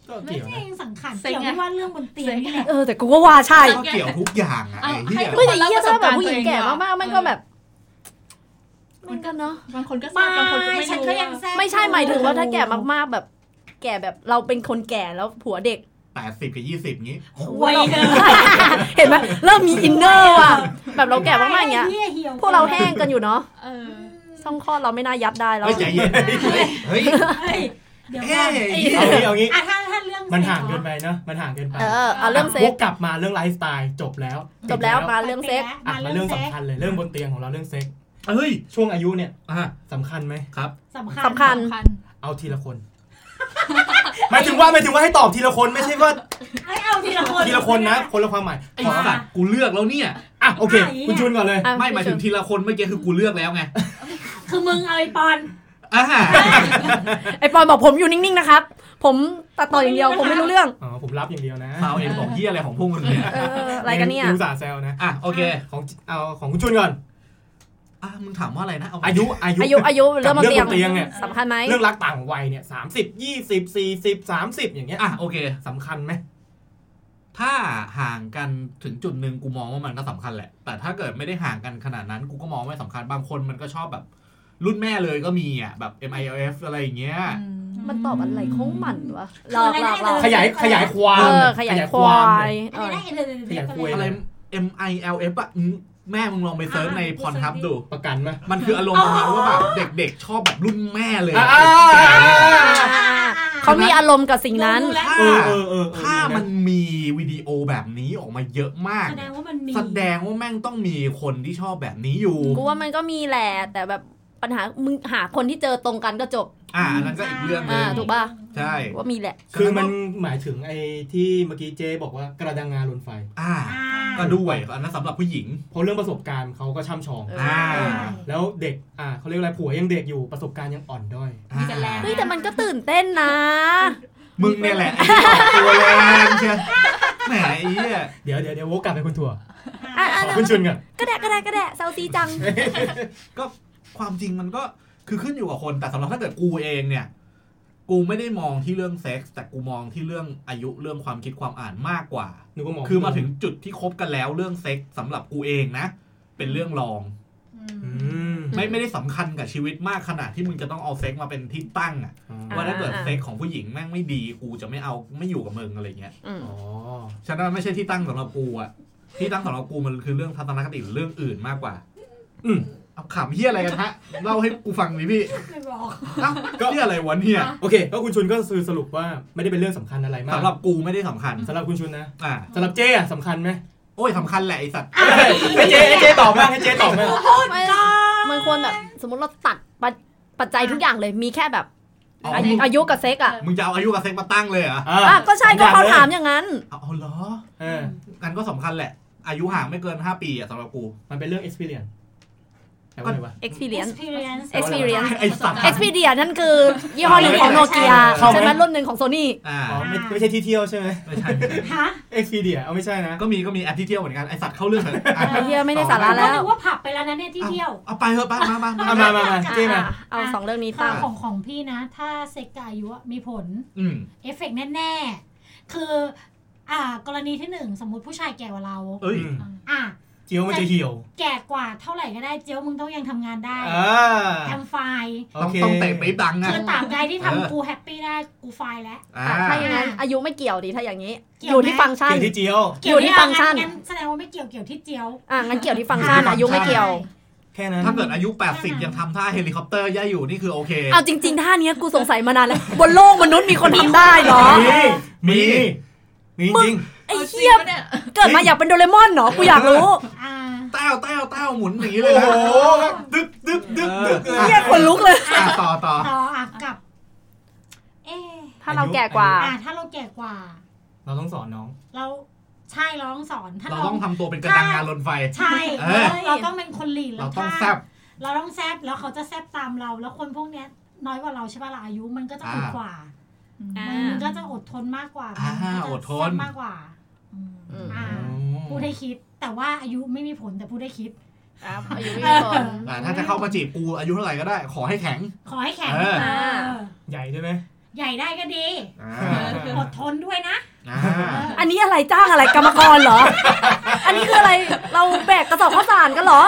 ก็ ไม่ เกี่ยว ใช่ นะ เองสังขาร เซ็ง เกี่ยว อะ ที่ว่าเรื่องบนเตียงนี่แหละ เออแต่กูก็ว่าใช่ ก็เกี่ยวทุกอย่างอะไอเหี้ย เอาให้ ไม่แต่เหี้ยถ้าแบบผู้หญิงแก่มากๆมันก็แบบ เหมือนกันเนาะ บางคนก็ทราบบางคนก็ไม่ ฉัน รู้ ก็ยังแซ่บ ไม่ใช่หมายถึงว่าถ้าแก่มากๆแบบ แก่แบบเราเป็นคนแก่แล้วผัวเด็ก แปดสิบกับยี่สิบงี้ วัยเดิม เห็นไหมเริ่มมีอินเนอร์ว่ะแบบเราแก่มากๆอย่างเงี้ยพวกเราแห้งกันอยู่เนาะ เออ ช่องคลอดเราไม่น่ายัดได้แล้ว เฮ้ยใจเย็น เฮ้ย เฮ้ยเดี๋ยว เอ้ ก่อน ย เอางี้เอางี้ อ่ะถ้าถ้าเรื่อง มัน เซ็ก ห่าง เหร เกิ อน ไปเนอะมันห่างเกินไป เออเอาเรื่องเซ็ ว ก กกลับมาเรื่องไลฟ์สไตล์จบแล้ว จบแล้วมาเรื่องเซ็ก อ่ะ มา มา เรื่ เรื่ อ อง ง เซ็ก สำคัญเลยเรื่องบนเตียงของเราเรื่องเซ็ก เฮ้ย ช่วงอายุเนี่ย อ่ะ สำคัญไหม ครับ สำคัญ สำคัญ คัน เอาทีละคน หมายถึงว่าหมายถึงว่าให้ตอบทีละคนไม่ใช่ว่า เอ้ยเอาทีละคน ทีละคนนะ คนละความหมาย ไอ้ ขอ สัตว์กูเลือกแล้วเนี่ย อ่ะโอเค คุณจูนก่อนเลย อ่ะ ไม่หมายถึงทีละคนเมื่อกี้คือกูเลือกแล้วไง คือมึงเอาไอ้ปอน อ่า ไอปอยบอกผมอยู่นิ่งๆนะครับ ผมตัดต่ออย่างเดียวผมไม่รู้เรื่อง อ๋อผมรับอย่างเดียวนะ ฟาวเองบอกเฮียอะไรของพวกมึงเนี่ย เอออะไรกันเนี่ย อุตส่าห์แซวนะ อ่ะโอเค ของเอาของคุณจูนก่อน อ่ะมึงถามว่าอะไรนะเ อายุอายุ อายุอายุเริ่มมา กับเรื่ เตีย อง งเตียงเนี่ย สำคัญไหม เรื่องรักต่างวัยเนี่ยสามสิบยี่สิบสี่สิบสามสิบอย่างเงี้ย อ่ะโอเค สำคัญไหม ถ้าห่างกันถึงจุดหนึ่งกูมองว่ามันก็สำคัญแหละ แต่ถ้าเกิดไม่ได้ห่างกันขนาดนั้นกูก็มองไม่สำคัญบางคนมันก็ชอบแบบ รุ่นแม่เลยก็มีอ่ะแบบ MILF อะไรอย่างเงี้ย มันตอบอะไรของมันวะ คื หลอก ะ หล ไร อกหล นะ อก ขยายขยายความ เออ น่ะ ขยายควายเนี่ยอะ เอ ไร อ นะเอเดน ขยายคุย อะไร MILF อ่ะอืมแม่มึงลองไปเซิร์ชในพรทับดู ประกันไหม มันคืออารมณ์ประมาณว่าแบบเด็กๆ ชอบแบบรุ่นแม่เลยอะ อ่า อ่าเขามีอารมณ์กับสิ่งนั้น รู้แล้ว ถ้า เออเออเออ ถ้ามันมีวิดีโอแบบนี้ออกมาเยอะมาก แสดงว่ามันมี แสดงว่าแม่งต้องมีคนที่ชอบแบบนี้อยู่ กูว่ามันก็มีแหละ แต่แบบปัญหามึงหาคนที่เจอตรงกันก็จบ อ่าอันนั้นก็อีกเรื่องหนึ อ่าง ถูกป่ะ ใช่ กูว่ามีแหละ คือมันหมายถึงไอ้ที่เมื่อกี้เจบอกว่ากระดังงาลนไฟ อ่า ก็ด้วยอันนั้นสำหรับผู้หญิง เพราะเรื่องประสบการณ์เขาก็ช่ำชอง เออ อ่า แล้วเด็ก อ่าเขาเรียกอะไรผัวยังเด็กอยู่ประสบการณ์ยังอ่อนด้อย มีแต่แรง เฮ้ยแต่มันก็ตื่นเต้นนะ มึงเนี่ยแหละไอ้ที่ออกตัวแรงเชียวแหมไอ้เหี้ย เดี๋ยวเดี๋ยวเดี๋ยวโวกกลับไปคุณถั่ว อ่ะอ่ะ ขอคุณชุนก่อน ก็ได้ก็ได้ก็ได้เซาซีจัง ก็ความจริงมันก็คือขึ้นอยู่กับคน แต่สำหรับถ้าเกิดกูเองเนี่ย กูไม่ได้มองที่เรื่องเซ็กส์แต่กูมองที่เรื่องอายุเรื่องความคิดความอ่านมากกว่า หนูก็มอง คือมาถึงจุดที่คบกันแล้วเรื่องเซ็กส์สำหรับกูเองนะ เป็นเรื่องรอง อืม ไม่ไม่ได้สำคัญกับชีวิตมากขนาดที่มึงจะต้องเอาเซ็กส์มาเป็นที่ตั้งอะ อ่า ว่าถ้าเกิดเซ็กส์ของผู้หญิงแม่งไม่ดีกูจะไม่เอาไม่อยู่กับมึงอะไรเงี้ย อืม อ๋อ ฉะนั้นไม่ใช่ที่ตั้งสำหรับกูอะที่ตั้งสำหรับกูมันคือเรื่องทัศนคติหรือเรื่องอื่นมากกว่า อืม เอาขำเฮียอะไรกันฮะ เล่าให้กูฟังหน่อย พี่ ไม่บอก เอ้าเฮียอะไรวะเนี่ย โอเคก็คุณชุนก็คือสรุปว่าไม่ได้เป็นเรื่องสำคัญอะไรมาก สำหรับกูไม่ได้สำคัญ สำหรับคุณชุนนะ อ่า สำหรับเจอ่ะสำคัญไหม โอ้ยสำคัญแหละไอสัตว์ ให้เจให้เจตอบบ้างให้เจตอบบ้าง ไม่มันควรแบบสมมติเราตัดปัจปัจจัยทุกอย่างเลยมีแค่แบบ เอา อายุอายุกับเซ็กอ่ะ มึงจะเอาอายุกับเซ็กมาตั้งเลยเหรอ อ่ะ อ่ะก็ใช่ก็เขาถามอย่างนั้น เอาเอาเหรอ เออ งั้นก็สำคัญแหละ อายุห่างไม่เกิน 5 ปีอะสำหรับกู มันเป็นเรื่อง experience แปลว่าอะไรวะ experience experience experience ไอสัตว์ experience นั่นคือยี่ห้อหนึ่งของโนเกีย เข้าไหม ใช่ไหมรุ่นหนึ่งของโซนี่ อ่า อ๋อไม่ไม่ใช่ที่เที่ยวใช่ไหม ไม่ใช่ ฮะ Expedia เอาไม่ใช่นะ ก็มีก็มีแอปที่เที่ยวเหมือนกันไอสัตว์เข้าเรื่องเลยอ่ะ ไอ้ เหี้ยไม่ได้สาระ แล้วนึกว่าผับไปแล้วนะเนี่ยที่เที่ยว เอาไปเถอะไปมามามา เอามามามาเจมา เอาสองเรื่องนี้ ค่า ตั้ง ของของพี่นะ ถ้าเซ็กกับอายุอะมีผล อืม เอฟเฟกต์แน่ ๆ คือ อ่า กรณีที่หนึ่งสมมติผู้ชายแก่กว่าเรา เอ้ย อืม อ่ะ เจียวมันจะเหี่ยว แก่กว่าเท่าไหร่ก็ได้เจ๊ยวมึงต้องยังทำงานได้ อ่า แอมไฟล์ ต้องต้องเตะปี๊บดังอะ คือตราบใดที่ทำ เออ กูแฮปปี้ได้ กูไฟล์แล้ว อ่า ถ้าอย่างนั้นอายุไม่เกี่ยวดิถ้าอย่างนี้อเกี่ยวไหมยู่ที่ฟังก์ชัน เกี่ยวที่เจียว อยู่ที่ฟังก์ชัน งั้นแสดงว่าไม่เกี่ยวเกี่ยวที่เจียว อ่ะงั้นเกี่ยวที่ฟังก์ชันอายุไม่เกี่ยว แค่นั้น ถ้าเกิดอายุ 80 ยังทำท่าเฮลิคอปเตอร์ย่าอยู่นี่คือโอเค เอาจริง ๆ ท่าเนี้ยกูสงสัยมานานแล้ว บนโลกมนุษย์มีคนทำได้เหร อ มี มี มีมีจริง ไอ้เหี้ยเกิดมาอยากเป็นโดเรมอนเหรอ กูอยากรู้ อ่า เต้าเต้าเต้าหมุนอย่างนี้เล โอ้ ยนะ โหดึกดึกดึกดึก เหี้ยคนลุกเลย อ่ะต่อต่อ ต่ออ่ะกับ เอ๊ะ ถ้าเราแก่กว่า อ่ะถ้าเราแก่กว่า เราต้องสอนน้อง เราใช่เราต้องสอนถ้า เรา เรา ต้องทำตัวเป็นกระดังงานรนไฟ ใช่ เออ เราต้องเป็นคนหลีด เรา แล้ว ต้อง ถ้า แซบ เราต้องแซบแล้วเขาจะแซบตามเรา แล้วคนพวกเนี้ย น้อยกว่าเราใช่ป่ะล่ะอายุมันก็จะอด อ่าก ว่า อ่า มันก็จะอดทนมากกว่า อ่า มันก็จะ อดทน แซ่บมากกว่าอืม อืม อ่าพูดได้คิด แต่ว่าอายุไม่มีผลแต่พูดได้คิด ครับอายุไม่ก่อน อ่ะถ้าจะเข้ามาจีบกูอายุเท่าไหร่ก็ได้ ขอให้แข็ง ขอให้แข็ง เออ เออ ใหญ่ด้วยไหม ใหญ่ได้ก็ดี อ่า เออ อดทนด้วยนะ อ่า อันนี้อะไรจ้างอะไรกรรมกรเหรอ อันนี้คืออะไรเราแบกกระสอบข้าวสารกันเหรอ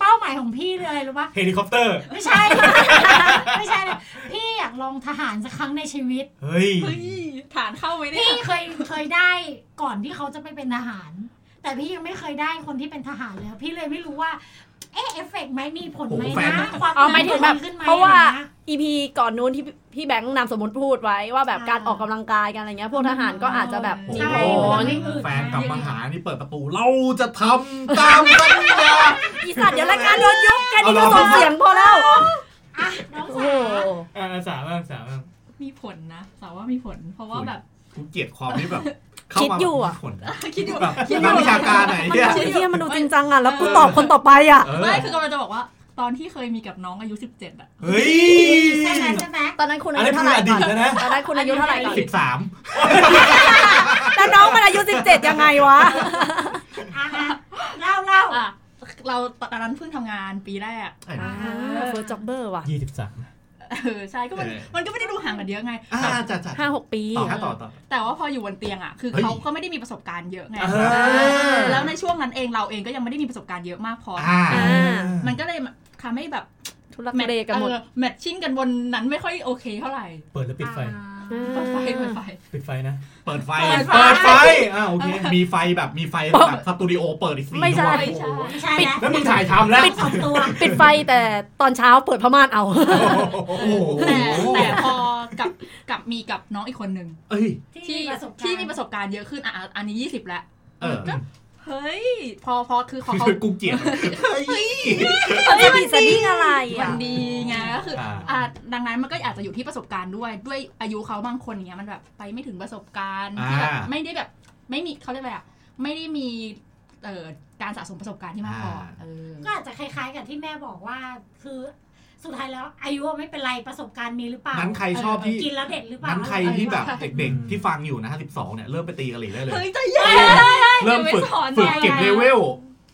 เป้า หมายของพี่เลยรู้ปะ เฮลิคอปเตอร์ ไม่ใช่ ไม่ใช่เลยพี่อยากลองทหารสักครั้งในชีวิต เฮ้ย เฮ้ยฐานเข้าไว้เนี่ พี่ ย เคยเคยได้ก่อนที่เขาจะไปเป็นทหาร แต่พี่ยังไม่เคยได้คนที่เป็นทหารเลยพี่เลยไม่รู้ว่า เอ๊ะเอฟเฟกต์ไหมมีผลไหม โอ้โหแฟน นะ นะ ความ อ๋อหมายถึงแบบ มันขึ้นไหม เพราะว่า อไน EP ก่อนนู้นที่พี่แบงค์นำสมมติพูดไว้ว่าแบบ อ่า การออกกำลังกายกันอะไรเงี้ยพวกทหารก็อาจจะแบบ โอ้ มี โห ใช่ ผ มัน ล ไม่อึดนะ แฟนกลับมาหานี่เปิดประตู เราจะทำตามสัญญา อีสัตว์เดี๋ยวรายการโดนยุบแค่นี้ก็ เอาเหรอ ส่งเสียงพอแล้ว อ่ะน้อง โอ้ สา โห ว อ่าสามบ้างสามบ้าง มีผลนะแต่ว่ามีผล เพราะว่าแบบ กูเกลียดความที่แบบ เข้ามาแบบผลนะ คิดอยู่ แบบ คิดอ นั ยู่ กวิชาการไหน มัน เนี่ ดู ย เฮียมันดูจริงจังอ่ะแล้วกู เออ ตอบคนต่อไปอ่ะ เออ ไม่คือกำลังจะบอกว่า ตอนที่เคยมีกับน้องอายุ 17 อ่ะ เฮ้ย ใช่ไหมใช่ไหม ตอนนั้นคุณอายุอันนี้ เท่าไหร่ก่คืออดี อ ต น แล้วนะ ตอนนั้นคุณอายุเท่าไหร่ก่อน สิบสาม แล้วน้องมันอายุ 17 ยังไงวะ อ่ะอ่ะเล่าเล่า อ่ะ เราตอนนั้นเพิ่งทำงานปีแรก อ่า อ่าเฟิร์สจ็อบเบอร์ว่ะ ยี่สิบสาม เออใช่ก็มัน เออ มันก็ไม่ได้ดูห่างกันเยอะไง จัดจัด ห้าหกปี ต่อต่อต่อ แต่ว่าพออยู่บนเตียงอ่ะ คือ เฮ้ย เขาก็ไม่ได้มีประสบการณ์เยอะไง เออ แล้วในช่วงนั้นเองเราเองก็ยังไม่ได้มีประสบการณ์เยอะมากพอ อ่า มันก็เลยทำให้แบบ ทุลักทุเลกันหมด แมทชิ่งกันบนนั้นไม่ค่อยโอเคเท่าไหร่ เปิดแล้วปิดไฟ อ่า เปิดไฟเปิดไฟ ปิดไฟนะ เปิดไฟ เปิดไฟ เปิดไฟ อ่าโอเค มีไฟแบบมีไฟแบบสตูดิโอเปิดอีกสี่ ไม่ใช่ ตัว ไม่ใช่ ไม่ใช่แล้ว แล้วมึงถ่ายทำแล้ว ปิดสองตัว ปิดไฟแต่ตอนเช้าเปิดผ้าม่านเอา โอ้โห แต่แต่พอกับกับมีกับน้องอีกคนหนึ่ง เอ้ย ที่ ที่ มีประสบการณ์ ที่มีประสบการณ์เยอะขึ้นอ่ะอ่ะอันนี้ 20 แล้ว เออ ก็เฮ้ย พอพอคือขอ คือ เขา กูเกลียดเฮ้ย มันจะมีสดิ้งอะไร มั อ่ะ นดีไงก็คืออา อ่ะดังนั้นมันก็อาจจะอยู่ที่ประสบการณ์ด้วยด้วยอายุเขาบางคนอย่างเงี้ยมันแบบไปไม่ถึงประสบการณ์ที่แบบไม่ได้แบบไม่มีเขาเรียกอะไรอ่ะไม่ได้มีเอ่อการสะสมประสบการณ์ที่มากพอเออ ก็อาจจะคล้าย ๆ กับที่แม่บอกว่า คือสุดท้ายแล้วอายุไม่เป็นไรประสบการณ์มีหรือเปล่า นั้นใครชอบที่ กินแล้วเด็ดหรือเปล่า นั้นใคร อะไ ที่แบบเด็กๆที่ฟังอยู่นะฮะ12 เนี่ย เริ่มไปตีกะหรี่ได้เลย เฮ้ยใจเย็น เริ่มฝึก เดี๋ยวไม่สอน ฝึกเก็บ นะ เลเวล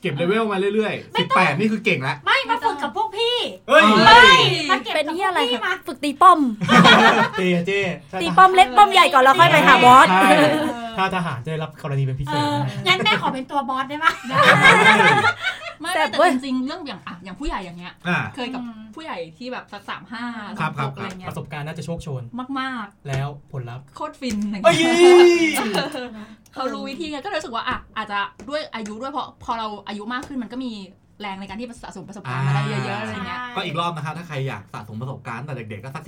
เก็บเลเวลมาเรื่อยๆ 18 นี่คือเก่งละ ไม่มาฝึกกับพวกพี่ เฮ้ย เฮ้ย มาเก็บ เป็น กับพ ที่ ว อะไร กพี่มา ฝึกตีป้อม เจ๊เจ๊ถ้า ตีป้อมเล็กป้อมใหญ่ก่อนแล้วค่อยไปหาบอส ใช่ เออ ถ้าทหารจะได้รับกรณีเป็นพิเศ เอ ษ อ นะ งั้นแม่ขอเป็นตัวบอสได้ไหม ไม่ แต่ แต่ เว้ย จริงๆเรื่องอย่างอ่ะอย่างผู้ใหญ่อย่างเงี้ย อ่า เคยกับผู้ใหญ่ที่แบบสักสามห้า ครับครับ อะไรเงี้ ป ย ระสบการณ์น่าจะโชคโชน มาก แล้วผลลัพธ์ ๆโคตรฟินอย่าง เอ้ย เงี้ย เขารู้วิธีไงก็เลยรู้สึกว่าอ่ะอาจจะด้วยอายุด้วยเพราะพอเราอายุมากขึ้นมันก็มีแรงในการที่สะสมประสบการณ์อะไรเยอะๆอะไรเงี้ย ก็อีกรอบนะคะ ถ้าใครอยากสะสมประสบการณ์แต่เด็กๆ ก็สัก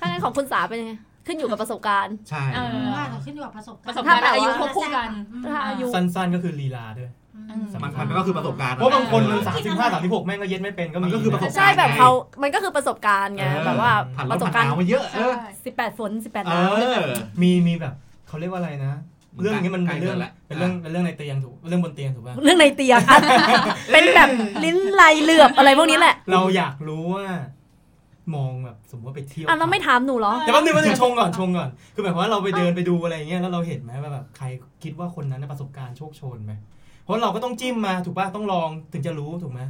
ถ้างั้นของคุณสาเป็นยังไง ขึ้นอยู่กับประสบการณ์ 13 ใช่ เออ ว่าเราขึ้นอยู่กับประสบการณ์ ประสบการณ์อายุควบคู่กัน ถ้าอายุ สั้นๆก็คือลีลาด้วย อืม มันมันก็คือประสบการณ์ เพราะบางคนมัน เออ สามสิบห้าสามสิบหกแม่งก็เย็ดไม่เป็นก็ มั มี นก็คือประสบ ใช่แบบเขา มันก็คือประสบการณ์ไง เออ แบบว่า ผ่าน ป ประ ระ ส ส บบ กา การร ณ์ ณ์ มาเยอะเออ 18ฝน18 เอ น้ำ อ มีมีแบบเขาเรียกว่าอะไรนะ มัน เรื่องนี้มัน ใกล้ เป็นเรื่อง เกินละ เป็นเรื่องเป็นเรื่องในเตียงถูกเรื่องบนเตียงถูกป่ะ เรื่องในเตียงอะเป็นแบบลิ้นลายเหลือบอะไรพวกนี้แหละ เราอยากรู้ว่า มองแบบสมมติว่าไปเที่ยว อ่ะเราไม่ถามหนูเหรอ แต่ว่าหนึ่งวันหนึ่งชงก่อนชงก่อน คือหมายความว่าเราไปเดินไปดูอะไรอย่างเงี้ยแล้วเราเห็นไหมว่าแบบใครคิดว่าคนนั้นน่ะประสบการณ์โชคโชนไหมเพราะเราก็ต้องจิ้มมาถูกป่ะต้องลองถึงจะรู้ถูกไหม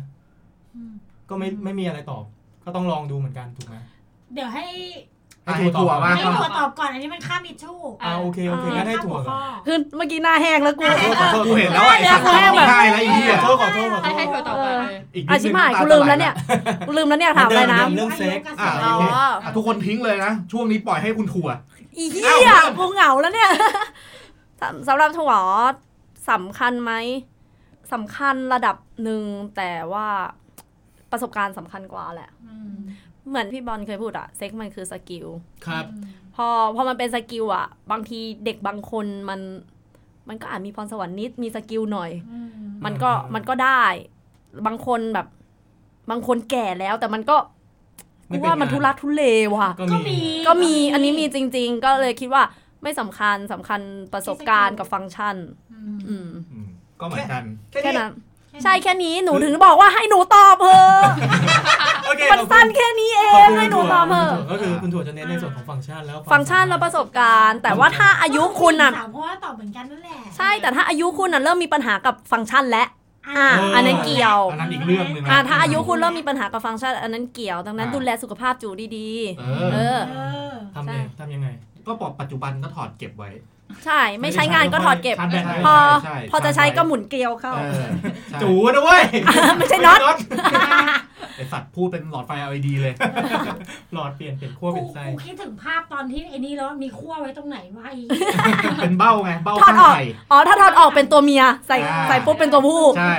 อืม ก็ไม่ไม่มีอะไรตอบ ก็ต้องลองดูเหมือนกันถูกไหม เดี๋ยวให้ ให้ถั่วบ้าง ให้ ก็ ตัวตอบก่อนอันนี้มันข้ามอิชชู อ่าโอเคโอเค อ่า งั้นให้ถั่ว ข้าม ก่อน ข้อ คือเมื่อกี้หน้าแห้งแล้วกู อ่ะ ขอโทษ กูเห็นแล้วไอ้สัตว์ร้องไห้แล้วไอ้เหี้ย ขอโทษขอโทษขอโทษขอโทษให้ให้เธอต่อไปเลย อีกนิ อา ด ชิ นึง มายกูลืมแล้วเนี่ยกูลืมแล้วเนี่ยถามอะไรนะ เรื่องเซ็ก อ่ะ อ๋ โอเค อ อ่ะทุกคนทิ้งเลยนะ ช่วงนี้ปล่อยให้คุณถั่ว อีเหี้ยกูเหงาแล้วเนี่ย สำสำหรับถวอสำคัญไหมสำคัญระดับหนึ่งแต่ว่าประสบการณ์สำคัญกว่าแหละ อืม เหมือนพี่บอลเคยพูดอะเซ็กมันคือสกิล ครับ พอพอมันเป็นสกิลอะบางทีเด็กบางคนมันมันก็อาจมีพรสวรรค์นิดมีสกิลหน่อย อืม มันก็ อืม มันก็ได้ บางคนแบบ บางคนแก่แล้วแต่มันก็กู ไเป็ ว่ามันทุรักทุเลว่ะ ก็ ก็ มี มี ก็มีอันนี้มีจริง ๆ ก็เลยคิดว่าไม่สำคัญสำคัญประสบการณ์กับฟังก์ชัน อืม อืมก็เหมือนกัน แค่นั้นใช่แค่นี้หนูถึงบอกว่าให้หนูตอบเพอ โอเค มันสั้นแค่นี้เอ ขอบ ง คุณ ให้หนูตอบเพอ ก็คือคุณถั่วจะเน้นในส่วนของฟังก์ชันแล้ว ฟังก์ชันและประสบการณ์ แต่ว่าถ้าอายุคุณน่ะ สามเพราะว่าตอบเหมือนกันนั่นแหละ ใช่แต่ถ้าอายุคุณน่ะเริ่มมีปัญหากับฟังก์ชันและ อ่า อันนั้นเกี่ยว อันนั้นอีกเรื่องหนึงนะ อ่าถ้าอายุคุณเริ่มมีปัญหากับฟังก์ชันอันนั้นเกี่ยว ดังนั้น อ่า ดูแลสุขภาพจูดีๆเอเอ อ อ เออ ทำยังไงทำยังไง ก็ปอกปัจจุบันก็ถอดเก็บไว้ ใช่ไม่ใช้งานก็ถอดเก็บ ชาร์จแบต พอ ใช่ พอจะใช้ก็ห น มุนเกลียวเข้า จูนะเว้ย ไม่ใช่น็อต ไอสัตว์พูดเป็นหลอดไฟ LED เลย หลอดเปลี่ยนเป็นขั้ว กู เป็นไส้ กูคิดถึงภาพตอนที่ไอ้นี่แล้วมีขั้วไว้ตรงไหนวะไอ้ เป็นเบ้าไง เบ้า ถอด ข้าง ออก ไข่ อ๋อ ถ้าถอดออกเป็นตัวเมีย ใส่ อ่า ใส่ปุ๊บเป็นตัวผู้ ใช่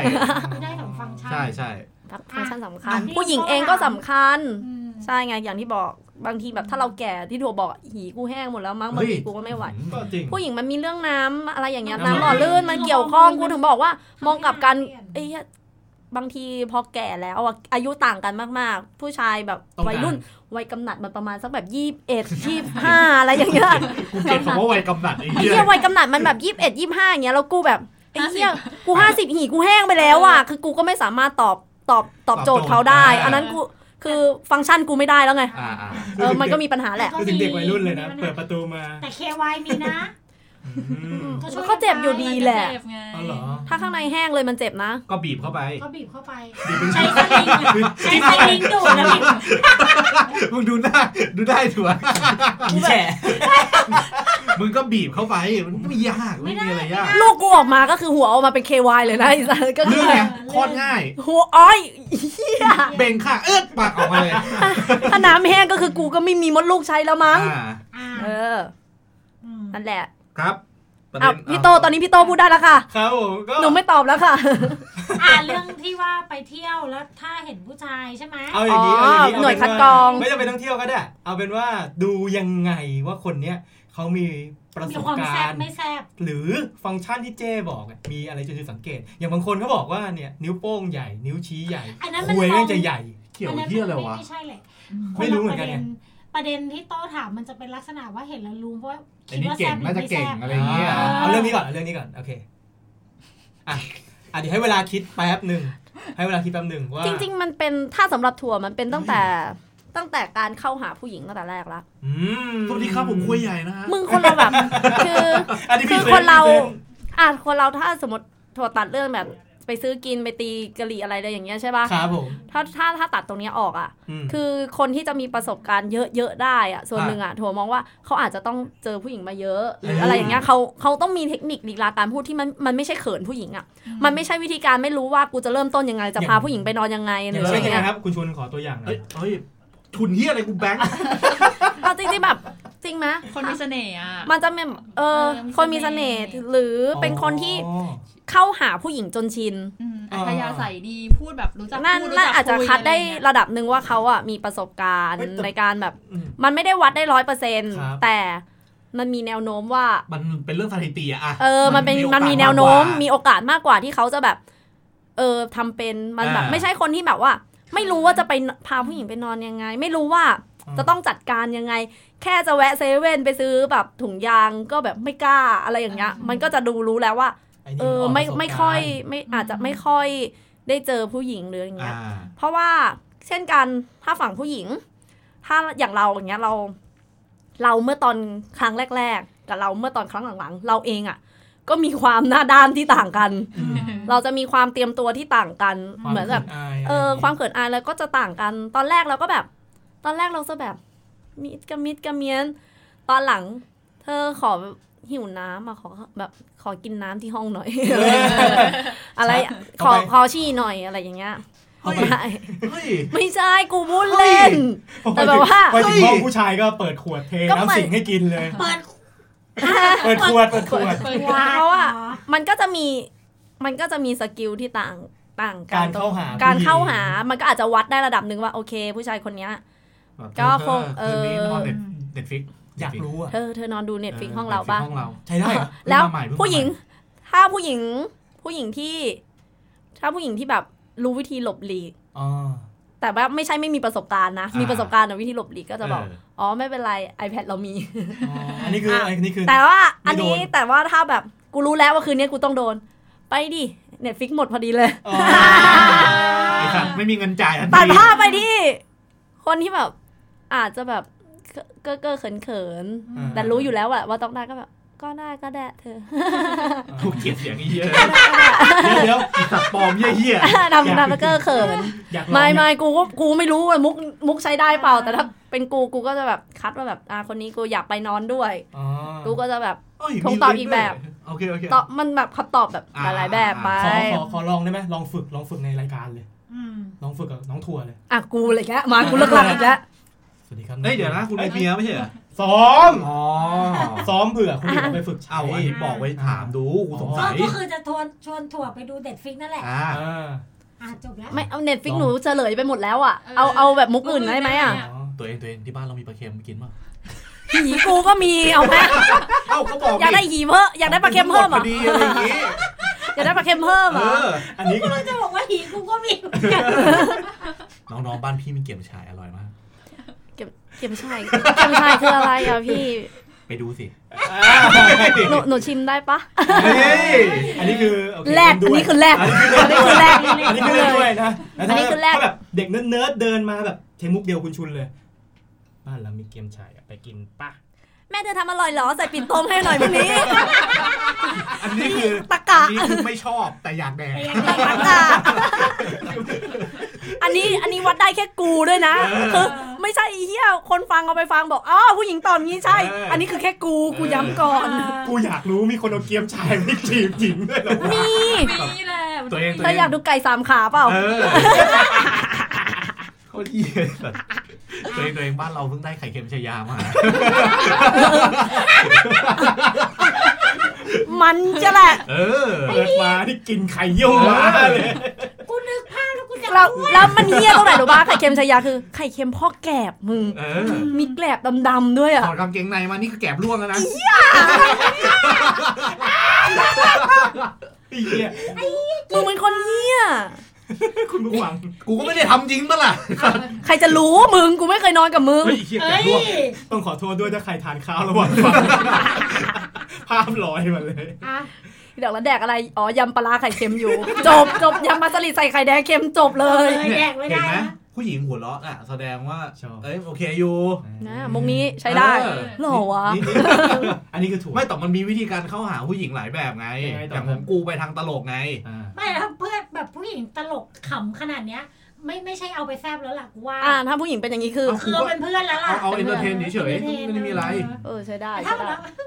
ไม่ได้สองฟังก์ชัน ใช่ใช่ รับฟังก์ชันสำคัญ อ่ะ ผู้หญิงเองก็สำคัญ อืม ใช่ไง อย่างที่บอกบางทีแบบถ้าเราแก่ที่ถั่วบอกหีกูแห้งหมดแล้วมั้งบางทีกูก็ไม่ไหว ก็จริง ผู้หญิงมันมีเรื่องน้ำอะไรอย่างเงี้ย น้ำ น้ำหล่อลื่นมันเกี่ยวข้องกูถึงบอกว่ามองกลับกันไอ้เหี้ยบางทีพอแก่แล้วอะอายุต่างกันมากๆ ผู้ชายแบบ ต้อง วัย การ รุ่นวัยกำหนัดมันประมาณสักแบบยี่สิบเอ็ดยี่สิบห้าอะไรอย่างเงี้ย กูเกลียดคำว่าวัยกำหนัดไอ้ ไอ้ เหี้ย เหี้ยวัยกำหนัดมันแบบยี่สิบเอ็ดยี่สิบห้าอย่างเงี้ยแล้วกูแบบไอ้เหี้ย ห้าสิบ กูห้าสิบหีกูแห้งไปแล้วอ่ะคือกูก็ไม่สามารถตอบตอบตอบโจทย์เขาได้ อันนั้นกูคือฟังก์ชันกูไม่ได้แล้วไง อ่าอ่า เออมันก็มีปัญหาแหละ ็ถึงเด็กวัยรุ่นเลยนะ เปิดประตูมา แต่เควายมีนะ ก็ช่วย ก็เจ็บอยู่ดีแหละ เจ็บไง อ๋อเหรอ ถ้าข้างในแห้งเลยมันเจ็บนะ ก็บีบเข้าไป ก็บีบเข้าไป ใช้สลิงใช้สลิงดูดแล้วบีบ มึงดูหน้าดูได้ถูกไหม แฉะ มึงก็บีบเข้าไป มันไม่ยากไม่มีอะไรยาก ลูกกูออกมาก็คือหัวออกมาเป็น KY เลยนะไอ้สัสก็คื เรื่อ อง ไงโคตรง่าย หัวอ้อยเหี้ย เบ่งค่ะ เอื้อปากออกมาเลย ถ้าน้ำแห้งก็คือกูก็ไม่มีมดลูกใช้แล้วมั้ง อ่า อ่า เออ อืม นั่นแหละ ครับประเด็ อ้าวนพี่โตตอนนี้พี่โตพูดได้แล้วค่ะ ครับผมก็ หนูไม่ตอบแล้วค่ะ อ่าเรื่องที่ว่าไปเที่ยวแล้วถ้าเห็นผู้ชายใช่ไหม เอาอย่างนี้ อ๋อ เอาอย่างนี้ หน่วย เาเป็ คัดกรอง ว่าไม่จำเป็นต้องเที่ยวก็ได้ เอาเป็นว่าดูยังไงว่าคนเนี้ยเขามีประ มี สบ ความ กา แซ่บ รณ์ ไม่แซ่บ หรือฟังก์ชันที่เจ้บอกอะมีอะไรจะสังเกต อย่างบางคนเขาบอกว่าเนี่ยนิ้วโป้งใหญ่ นิ้วชี้ใหญ่ อันนั้นมัน คุย ตร แม่ง ง จะใหญ่ เกี่ยว อันนั้น เหี้ยอะไรวะ ไม่ใช่แหละ ไม่รู้เหมือนกันไง คละประเด็นประเด็นที่โต้ถามมันจะเป็นลักษณะว่าเห็นแล้วรู้ว่าคิอัน ด นี้ ว่า เก่ แซ่ ง บหรือ น่าจะ ไม่ เก่ง แซ่บ อะไรอย่างเงี้ย อ่า เอาเรื่องนี้ก่อนเอาเรื่องนี้ก่อนโอเคอ่ะอ่ะเดี๋ยวให้เวลาคิดแป๊บหนึ่งให้เวลาคิดแป๊บหนึ่งว่า จริง ๆ มันเป็นถ้าสำหรับถั่วมันเป็นตั้ง แต่ตั้งแต่การเข้าหาผู้หญิงตั้งแต่แรกละ อืม สวัสดีครับผมคุยใหญ่นะฮะ มึงคนเราแบบ คือ อันนี้พี่ คือ ซฟ คนเรา พี่ซฟ อ่ะคนเราถ้าสมมติถั่วตัดเรื่องแบบไปซื้อกินไปตีกะหรี่อะไรเลยอย่างเงี้ยใช่ป่ะ ครับผม ถ้าถ้าถ้าตัดตรงเนี้ยออกอ่ะ อืม คือคนที่จะมีประสบการณ์เยอะๆได้อะส่วน อ่ะ หนึ่งอะถั่วมองว่าเขาอาจจะต้องเจอผู้หญิงมาเยอะหรือ เอออ อะไรอย่างเงี้ยเขาเขาต้องมีเทคนิคลีลาการพูดที่มันมันไม่ใช่เขินผู้หญิงอะมันไม่ใช่วิธีการไม่รู้ว่ากูจะเริ่มต้นยังไงจะพาผู้หญิงไปนอนยังไงหรือ เช่ อะ น ไร ยังไง เงี้ย ครับ คุณชวนขอตัวอย่างหน่อ เฮ้ ย ยเฮ้ยทุนเฮียอะไรกูแบงค์ เอาจริงๆแบบจริงไหม คนมีเสน่ห์อ่ะ มันจะเป็นเออ เออมี คนมีเสน่ห์ เสน่ห์ หรือเป็นคนที่ อ๋อ เข้าหาผู้หญิงจนชิน อืม อ๋ อั อ ธยาศัยดีพูดแบบรู้จัก นั่น พูดรู้ นั่น จัก อาจจะ คุย คัดได้ อรเงี้ย ระดับหนึ่งว่าเขาอะมีประสบการณ์ เฮ้ยแต่ ในการแบบ อืม มันไม่ได้วัดได้ร้อยเปอร์เซ็นต์ ครับ แต่มันมีแนวโน้มว่า มันเป็นเรื่องสถิติอะะ เออ มันเป็น โอกา มั ส นมีแนวโน้ม ากกา มีโอกาสมากกว่าที่เขาจะแบบ เออทำเป็น มันแบบ อ่า ไม่ใช่คนที่แบบว่า ไม่รู้ว่าจะไปพาผู้หญิงไปนอนยังไง ไม่รู้ว่าจะต้องจัดการยังไง แค่จะแวะเซเว่นไปซื้อแบบถุงยางก็แบบไม่กล้าอะไรอย่างเงี้ย อืม มันก็จะดูรู้แล้วว่า นนี้ เออ นก ไม่ ประสบ ไม่ค่อย กา ไม่อาจจะไม่ค่อยได้เจอผู้หญิงหรืออย่างเงี้ อ่าย เพราะว่าเช่นกันถ้าฝั่งผู้หญิง ถ้าอย่างเราอย่างเงี้ยเรา เราเมื่อตอนครั้งแรก ๆ กับเราเมื่อตอนครั้งหลังๆ เราเองอะ่ะ ก็มีความหน้าด้านที่ต่างกัน อืม เราจะมีความเตรียมตัวที่ต่างกัน ควา เหมือนแบบ ขี้าย เออ ะไรย่งงี้ย ความเขินอายแล้วก็จะต่างกัน ตอนแรกเราก็แบบ ตอนแรกเราจะแบบ มิดกระมิดกระเมียน ตอนหลัง เธอขอหิวน้ำมาขอแบบขอกินน้ำที่ห้องหน่อย เออ อะไรขอเอาไป ขอฉี่หน่อยอะไรอย่างเงี้ย เฮ้ย ไม่ เฮ้ย ไม่ใช่กูพูดเล่น แต่แบบว่า ไปถึง เฮ้ย ห้องผู้ชายก็เปิดขวดเท ก็เปิ น้ำ ด สิงให้กินเลย เปิด เปิดขวดเปิดขวด เปิด ว้าวอะ เหรอ มันก็จะมีมันก็จะมีสกิลที่ต่างต่างกั กาน รเข้าหา การเข้าหา ผู้ญิ มันก็อาจจะวัดได้ระดับหนึ่งว่าโอเค ผู้ชายคนเนี้ย แบบ ก็คงเออ คืนนี้นอนเน็ตฟิก งอยากรู้อ่ะ เธอเธอนอนดูเน็ตฟิกห้องเราปะ ห้องเรา ใช้ได้เหรอ แล้ว เพิ่งมาใม่เพิ่มาใม่ ผู้หญิงถ้าผู้หญิงผู้หญิงที่ ถ้าผู้หญิงที่แบบรู้วิธีหลบหลีก อ๋อ แต่ว่าไม่ใช่ไม่มีประสบการณ์นะ มีประสบการณ์แต่วิธีหลบหลีกก็จะบอก เ อ๋อไม่เป็นไร iPad เรามี อ๋ออันนี้คืออันนี้คือ แต่ว่าอันนี้ ไม่โดน แต่ว่าถ้าแบบกูรู้แล้วว่าคืนนี้กูต้องโดน ไปดิเน็ตฟิกหมดพอดีเลย อ๋อ ไอ้สัตว์ไม่มีเงินจ่ายทัน ตัด ที ภาพไปที่ คนที่แบบ อาจจะแบบเก้อเก้อเขินเขินๆ อ่า แต่รู้อยู่แล้วอะว่าต้องได้ก็แบบ ก็น่าก็แดะเธอ กูเกลียดเสียงไอ้เหี้ย เดี๋ยว ไอ้สัตว์ปลอมเหี้ย นำนำแล้วก็เขิน ๆอยากลอง ไม่ อยาก ไม่กูก็กูไม่รู้อะมุกมุกใช้ได้เปล่า แต่ถ้าเป็นกูกูก็จะแบบคัดว่าแบบอ่าคนนี้กูอยากไปนอนด้วย อ๋อ กูก็จะแบบ ๆเอ้ย คงตอบอีกแบบ โอเคโอเค ตอบมันแบบคำตอบแบบห อ่า ลายๆแบบไป ขอขอขอลองได้ไหมลองฝึกลองฝึกในรายการเลย อืม ลองฝึกกับน้องทัวร์เลย อ่ะกูอะไรแกมากูเลิกหลักอีกแล้ว สวัสดีครับ เฮ้ยเดี๋ยวนะคุณมีเมียไม่ใช่เหรอ ซ้อม อ๋อ ซ้อมเผื่อคุณหญิงเอาไปฝึกใช้ เอาอันนี้บอกไว้ถามดูกูสง ก็ สัย ก็คือจะทวนชวนถั่วไปดูเด็ดฟิกนั่นแหละ อ่า อ่า อ่ะจบแล้ว ไม่เอาเน็ตฟิกหนูเฉลยไปหมดแล้วอ่ะ เออ เอาเอาแบบมุกอื่นได้ไหมอ่ะ เ อ๋อ ตัวเองตัวเองที่บ้านเรามีปลาเค็มกินมั้ย ผีกูก็มีเอาไหม เอ้าก็บอก อยากได้หีเพิ่มอยากได้ปลาเค็มเพิ่มเหร พ อ อดีอะไรอย่างงี้ อยากได้ปลาเค็มเพิ่มเหร เอ อ อ อันนี้ กูจะบอกว่าหีกูก็มี น้องๆบ้านพี่มีเกี๊ยวฉายอร่อยมาก เก็บเก็บชายเก็บชายคืออะไรอ่ะพี่ ไปดูสิ หนูหนูชิมได้ปะ เฮ้ย อันนี้คือโอเค แรดอันเล่นด้วย นี้คือแรดอันนี้คือแรด อันนี้คือเล่นด้วยนะแล้วอัถ้านนี้คือแรด ถ้าแบบเด็กเนิร์ดๆเดินมาแบบเทมุกเดียวคุณชุนเลย บ้านเรามีเกมชายอะไปกินป่ะ แม่เธอทำอร่อยเหรอใส่ปิ่นโตมให้หน่อยพรุ่งนี้ อันนี้คือ ตะกะ อันนี้คือไม่ชอบแต่อยากแดก ตะกะอันนี้อันนี้วัดได้แค่กูด้วยนะคือไม่ใช่ไอ้เหี้ยคนฟังเอาไปฟังบอกอ๋อผู้หญิงตอบงี้ใช่ อันนี้คือแค่กูกูย้ำก่อน กูอยากรู้มีคนเอาเกมชายไปจีบหญิงด้วยเหรอวะ นี่ นี่แหละมัน ตัวเองตัว เธอ เอง อยากดูไก่สามขาเปล่า เออโคตรเหี้ยสัตว์ตัวเองตัวเองบ้านเราเพิ่งได้ไข่เค็มชายามา มันจะแหละ เออ เปิดมานี่กินไข่เยี่ยวม้าเลย กูนึกภาพแล้วกูจะ เราแล้วมันเหี้ยตรงไหนหรือบ้าไข่เค็มชายาคือ ไข่เค็มพ่อแกบมึง เออ มีแกลบดำๆด้วยอ่ะ ถอดกางเกงในมานี่คือแกบล่วงแล้วนะ ไอ้เหี้ย มึงเป็นคนเหี้ย คุณผู้ฟัง กูก็ไม่ได้ทำจริงปะล่ะ ใครจะรู้มึงกูไม่เคยนอนกับมึง เฮ้ยไอ้เหี้ยแก เอ้ยบล่วง ต้องขอโทษด้วยถ้าใครทานข้าวระหว่าง ฟังภาพลอยมาเลย อ่ะ เดี๋ยวแล้วแดกอะไร อ๋อ ยำปลาร้าไข่เค็มอยู่ จบจบยำมัสลิดใส่ไข่แดงเค็มจบเล เอ้ ย ยแดกไม่ได้ เห็นห นะ ผู้หญิงหัวเราะอ่ะแสดงว่า ชอบ เอ้ยโอเคอยู่ นะมงนี้ใช้ได้ เออ หรอวะ นี่อันนี้คือถูก ไม่แต่มันมีวิธีการเข้าหาผู้หญิงหลายแบบไง ยังไงต่อ อ อ ย่างผมกูไปทางตลกไง อ่า ไม่แล้วเพื่อนแบบผู้หญิงตลกขำขนาดเนี้ย ไม่ไม่ใช่เอาไปแซบแล้วล่ะกูว่า อ่า ถ้าผู้หญิงเป็นอย่างนี้คือ เอา คือเอาเป็นเพื่อนแล้วล่ะ เอาเอาเอนเตอร์เทนเฉยๆ ป็นเพื่อนไม่ได้มีอะไร เออ ใช้ได้ แต่ถ้า ใช้ แบบ ได้ ว่าเ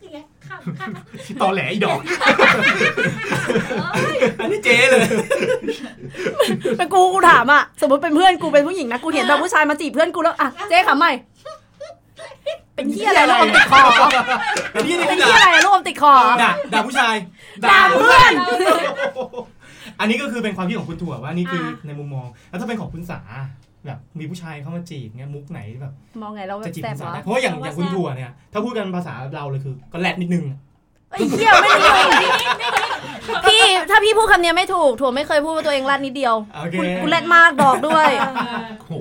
สียขำขำ ตอแหลอีดอก อันนี้เจ๊เลย เป็นกูกูถามอ่ะ สมมติเป็นเพื่อนกูเป็นผู้หญิงนะ กูเห็นแบบผู้ชายมาจีบเพื่อนกูแล้ว อ่ะ เจ๊ขำใหม่ เป็นเหี้ยอะไรลูกอมติดคอ อันนี้นี่ เป็ คื น อ เหี้ย ด่า อะไรลูกอมติดคอ ด่าด่าผู้ชาย ด่าเพื่อน อันนี้ก็คือเป็นความคิดของคุณถั่วว่านี่คือในมุมมอง แล้วถ้าเป็นของคุณสาแบบมีผู้ชายเข้ามาจีบเงี้ยมุกไหนแบบ มองไงเราแบ จะ บ จีบ แสคุณสาวบะ ได้เพราะว่าอย่างอย่างคุณถั่วเนี่ยถ้าพูดกันภาษาเราเลยคือก็แลดนิดนึง ไอ้ยเหี้ยไม่นิยมพี่ ถ้าพี่พูดคำเนี้ยไม่ถูกถั่วไม่เคยพูดว่าตัวเองรัดนิดเดียว โอเค กูเล่นมากบอกด้วย โห